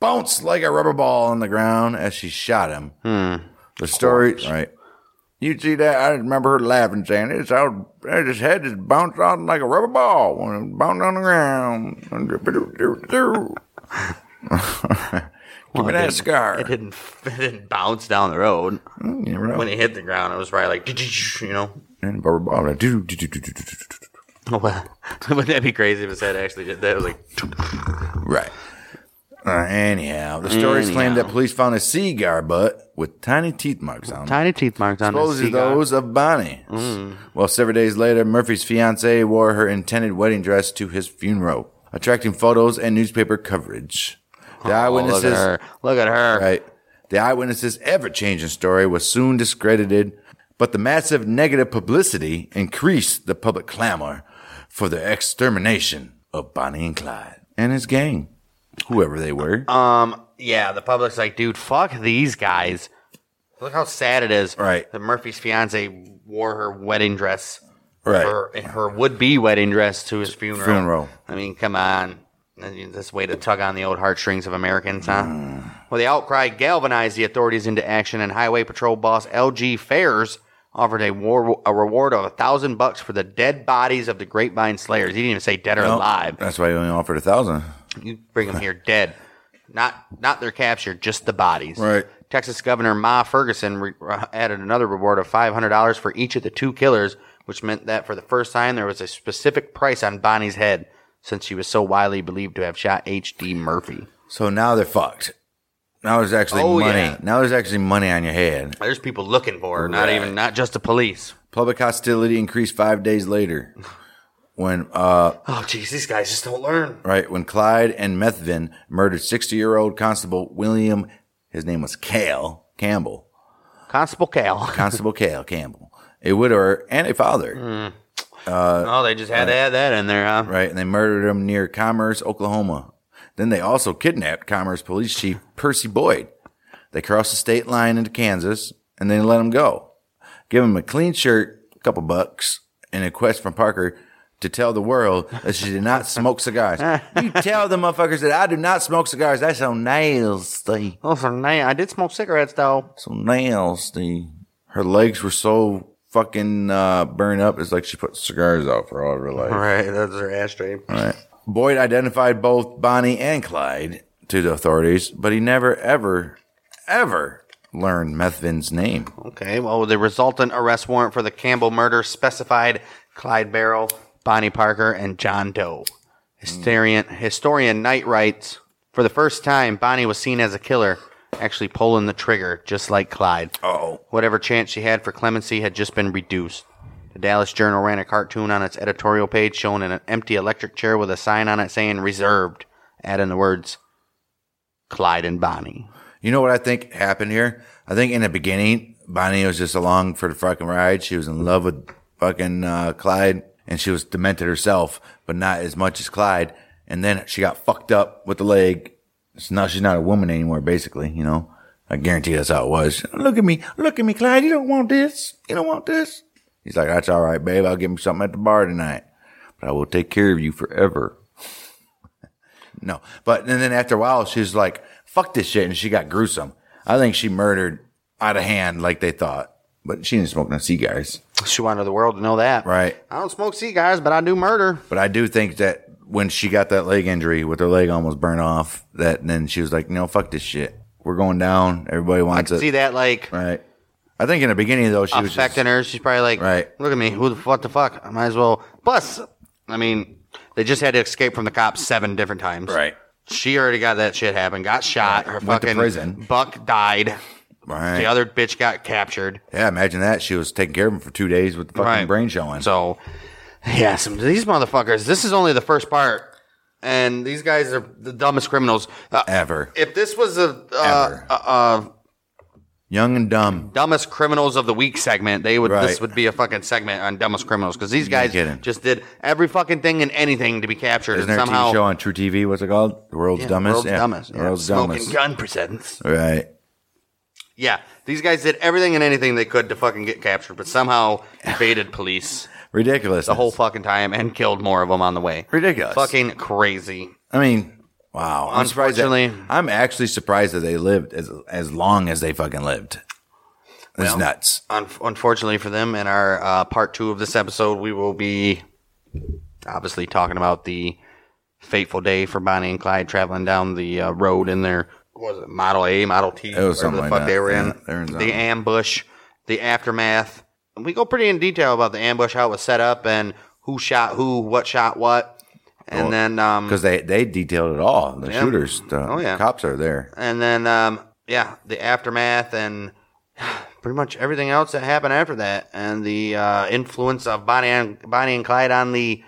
Speaker 7: bounced like a rubber ball on the ground as she shot him. The story, right? You see that? I remember her laughing, saying, "It's how his head just bounced on like a rubber ball when it bounced on the ground." Give me
Speaker 6: Well, it
Speaker 7: that
Speaker 6: didn't-
Speaker 7: scar. Mm,
Speaker 6: It didn't, it didn't bounce down the road.
Speaker 7: You never know.
Speaker 6: When it hit the ground, it was probably like, you know.
Speaker 7: And rubber ball. like, doo, doo, doo, doo, doo, doo, doo, doo.
Speaker 6: Oh, well. Wouldn't that be crazy if his head actually did that? It was like,
Speaker 7: Right. Uh, anyhow, the
Speaker 6: Mm.
Speaker 7: stories claim that police found a cigar butt with tiny teeth marks on it.
Speaker 6: tiny teeth marks on his
Speaker 7: Supposedly
Speaker 6: cigar.
Speaker 7: those of Bonnie.
Speaker 6: Mm.
Speaker 7: Well, several days later, Murphy's fiancee wore her intended wedding dress to his funeral, attracting photos and newspaper coverage. The
Speaker 6: Oh, look at
Speaker 7: eyewitnesses,
Speaker 6: her. Look at her.
Speaker 7: right? The eyewitnesses' ever-changing story was soon discredited, but the massive negative publicity increased the public clamor for the extermination of Bonnie and Clyde and his gang, whoever they were.
Speaker 6: Um, yeah, the public's like, dude, fuck these guys. Look how sad it is.
Speaker 7: Right.
Speaker 6: That Murphy's fiance wore her wedding dress.
Speaker 7: Right.
Speaker 6: Her, her would be wedding dress to his funeral.
Speaker 7: Funeral.
Speaker 6: I mean, come on. This way to tug on the old heartstrings of Americans, huh?
Speaker 7: Mm.
Speaker 6: Well, the outcry galvanized the authorities into action, and Highway Patrol boss L.G. Fairs offered a, war, a reward of a thousand bucks for the dead bodies of the Grapevine Slayers. He didn't even say dead or
Speaker 7: No,
Speaker 6: alive.
Speaker 7: That's why he only offered a thousand.
Speaker 6: You bring them here dead, not not their capture, just the bodies.
Speaker 7: Right.
Speaker 6: uh, Texas Governor Ma Ferguson re- added another reward of five hundred dollars for each of the two killers, which meant that for the first time there was a specific price on Bonnie's head since she was so widely believed to have shot H.D. Murphy.
Speaker 7: So now they're fucked. Now there's actually
Speaker 6: Oh,
Speaker 7: money.
Speaker 6: yeah.
Speaker 7: Now there's actually money on your head.
Speaker 6: There's people looking for her, not
Speaker 7: Right.
Speaker 6: even not just the police.
Speaker 7: Public hostility increased five days later when uh,
Speaker 6: Oh, jeez, these guys just don't learn.
Speaker 7: Right, when Clyde and Methvin murdered 60 year old Constable William, his name was Cale Campbell.
Speaker 6: Constable Cale.
Speaker 7: Constable Cale Campbell, a widower and a father. Uh,
Speaker 6: Hmm. oh, they just had to add that in there, huh?
Speaker 7: Right, and they murdered him near Commerce, Oklahoma. Then they also kidnapped Commerce Police Chief Percy Boyd. They crossed the state line into Kansas and they let him go. Give him a clean shirt, a couple bucks, and a quest from Parker to tell the world that she did not smoke cigars. you tell the motherfuckers that I do not smoke cigars. That's on nails, Steve.
Speaker 6: Those are nails. I did smoke cigarettes, though.
Speaker 7: So nails, Steve. Her legs were so fucking uh, burned up. It's like she put cigars out for all of her life.
Speaker 6: Right, that's her ashtray.
Speaker 7: All right. Boyd identified both Bonnie and Clyde to the authorities, but he never, ever, ever learned Methvin's name.
Speaker 6: Okay, well, the resultant arrest warrant for the Campbell murder specified Clyde Barrow, Bonnie Parker, and John Doe. Historian, historian Knight writes For the first time, Bonnie was seen as a killer, actually pulling the trigger, just like Clyde.
Speaker 7: Oh.
Speaker 6: Whatever chance she had for clemency had just been reduced. The Dallas Journal ran a cartoon on its editorial page showing an empty electric chair with a sign on it saying reserved, adding the words Clyde and Bonnie.
Speaker 7: You know what I think happened here? I think in the beginning, Bonnie was just along for the fucking ride. She was in love with fucking uh, Clyde, and she was demented herself, but not as much as Clyde. And then she got fucked up with the leg. So now she's not a woman anymore, basically, you know? I guarantee that's how it was. Look at me. Look at me, Clyde. You don't want this. You don't want this. He's like, that's all right, babe. I'll give him something at the bar tonight, but I will take care of you forever. no, but and then after a while, she's like, fuck this shit. And she got gruesome. I think she murdered out of hand like they thought, but she didn't smoke no cigars.
Speaker 6: She wanted the world to know that.
Speaker 7: Right.
Speaker 6: I don't smoke cigars, but I do murder.
Speaker 7: But I do think that when she got that leg injury with her leg almost burnt off, that then she was like, no, fuck this shit. We're going down. Everybody
Speaker 6: I
Speaker 7: wants
Speaker 6: can
Speaker 7: it.
Speaker 6: see that like
Speaker 7: Right. I think in the beginning though, she was just,
Speaker 6: affecting her. She's probably like,
Speaker 7: Right.
Speaker 6: look at me, who the what the fuck? I might as well. Plus, I mean, they just had to escape from the cops seven different times.
Speaker 7: Right.
Speaker 6: She already got that shit happen. Got shot. Her
Speaker 7: Went to
Speaker 6: fucking
Speaker 7: prison.
Speaker 6: Buck died.
Speaker 7: Right.
Speaker 6: The other bitch got captured.
Speaker 7: Yeah, imagine that. She was taking care of him for two days with the fucking
Speaker 6: Right.
Speaker 7: brain showing.
Speaker 6: So, yeah, some these motherfuckers. This is only the first part, and these guys are the dumbest criminals uh,
Speaker 7: Ever.
Speaker 6: If this was a uh, uh, uh,
Speaker 7: Young and dumb.
Speaker 6: dumbest criminals of the week segment, they would
Speaker 7: Right.
Speaker 6: this would be a fucking segment on dumbest criminals because these guys
Speaker 7: kidding.
Speaker 6: just did every fucking thing and anything to be captured
Speaker 7: Isn't
Speaker 6: and
Speaker 7: there a
Speaker 6: somehow
Speaker 7: TV show on True TV? What's it called? The World's
Speaker 6: Yeah,
Speaker 7: Dumbest?
Speaker 6: world's
Speaker 7: yeah.
Speaker 6: dumbest,
Speaker 7: The
Speaker 6: yeah.
Speaker 7: World's
Speaker 6: smoking
Speaker 7: Dumbest.
Speaker 6: gun presents.
Speaker 7: Right.
Speaker 6: Yeah, these guys did everything and anything they could to fucking get captured, but somehow evaded police
Speaker 7: Ridiculous.
Speaker 6: the whole fucking time and killed more of them on the way.
Speaker 7: Ridiculous.
Speaker 6: Fucking crazy.
Speaker 7: I mean, wow. I'm surprised that-
Speaker 6: Unfortunately-
Speaker 7: I'm actually surprised that they lived as as long as they fucking lived. It's
Speaker 6: Well,
Speaker 7: nuts.
Speaker 6: Un- unfortunately for them, in our uh, part two of this episode, we will be obviously talking about the fateful day for Bonnie and Clyde traveling down the uh, road in their what was it Model A, Model T,
Speaker 7: It was
Speaker 6: whatever
Speaker 7: something
Speaker 6: the
Speaker 7: like
Speaker 6: fuck
Speaker 7: that.
Speaker 6: they were
Speaker 7: Yeah, they were in
Speaker 6: in,
Speaker 7: something.
Speaker 6: the ambush, the aftermath. And we go pretty in detail about the ambush, how it was set up, and who shot who, what shot what, and
Speaker 7: Well,
Speaker 6: then um,
Speaker 7: Because they, they detailed it all. The
Speaker 6: Yeah.
Speaker 7: shooters, the
Speaker 6: Oh, yeah.
Speaker 7: cops are there.
Speaker 6: and then um, yeah, the aftermath and pretty much everything else that happened after that, and the uh, influence of Bonnie and Bonnie and Clyde on the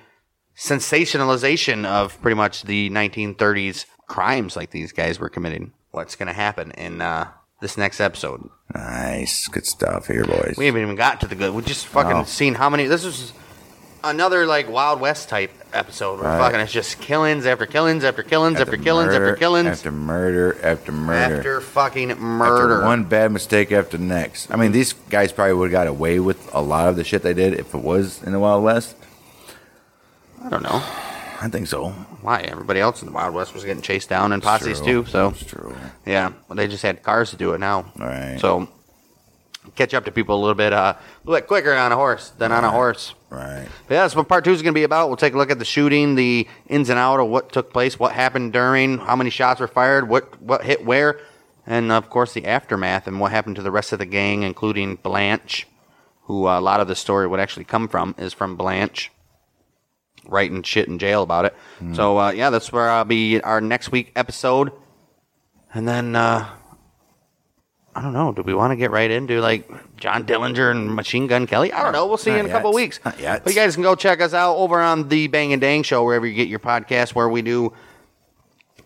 Speaker 6: sensationalization of pretty much the 1930s crimes like these guys were committing. What's going to happen in uh, this next episode?
Speaker 7: Nice. Good stuff here, boys.
Speaker 6: We haven't even got to the good. We just fucking
Speaker 7: No.
Speaker 6: seen how many. This is another like Wild West type episode. Where
Speaker 7: Right.
Speaker 6: fucking it's just killings after killings after killings after, killings after
Speaker 7: murder,
Speaker 6: killings
Speaker 7: After murder, after murder.
Speaker 6: after fucking
Speaker 7: After
Speaker 6: murder.
Speaker 7: one bad mistake after the next. I mean, these guys probably would have got away with a lot of the shit they did if it was in the Wild West.
Speaker 6: I don't know.
Speaker 7: I think so.
Speaker 6: why everybody else in the Wild West was getting chased down in posses
Speaker 7: true.
Speaker 6: too. So
Speaker 7: That's true.
Speaker 6: yeah, well, they just had cars to do it now.
Speaker 7: Right.
Speaker 6: So catch up to people a little bit, uh, a little bit quicker on a horse than on a horse.
Speaker 7: Right.
Speaker 6: But yeah, that's what part two is going to be about. We'll take a look at the shooting, the ins and out of what took place, what happened during, how many shots were fired, what what hit where, and of course the aftermath and what happened to the rest of the gang, including Blanche, who uh, a lot of the story would actually come from, is from Blanche writing shit in jail about it.
Speaker 7: Hmm.
Speaker 8: Mm.
Speaker 6: So uh, yeah, that's where I'll be our next week episode, and then uh, I don't know. Do we want to get right into like John Dillinger and Machine Gun Kelly? I don't know. We'll see you
Speaker 7: Not
Speaker 6: in a couple
Speaker 7: yet.
Speaker 6: weeks.
Speaker 7: Not yet.
Speaker 6: But you guys can go check us out over on the Bang and Dang Show wherever you get your podcast, where we do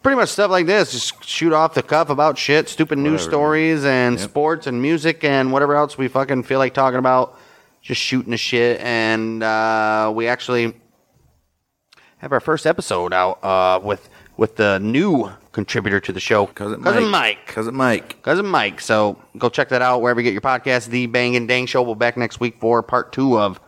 Speaker 6: pretty much stuff like this. Just shoot off the cuff about shit, stupid news
Speaker 7: Whatever.
Speaker 6: stories, and
Speaker 7: Yep.
Speaker 6: sports and music and whatever else we fucking feel like talking about. Just shooting the shit, and uh, we actually have our first episode out uh, with with the new contributor to the show, cousin, Mike.
Speaker 7: Cousin Mike.
Speaker 6: Cousin Mike. So go check that out wherever you get your podcast. The Bang and Dang Show. We'll be back next week for part two of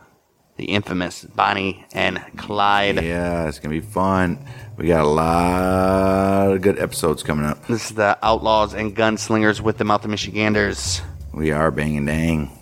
Speaker 6: the infamous Bonnie and Clyde.
Speaker 7: Yeah, it's gonna be fun. We got a lot of good episodes coming up.
Speaker 6: This is the Outlaws and Gunslingers with the Mouth of Michiganders.
Speaker 7: We are banging dang.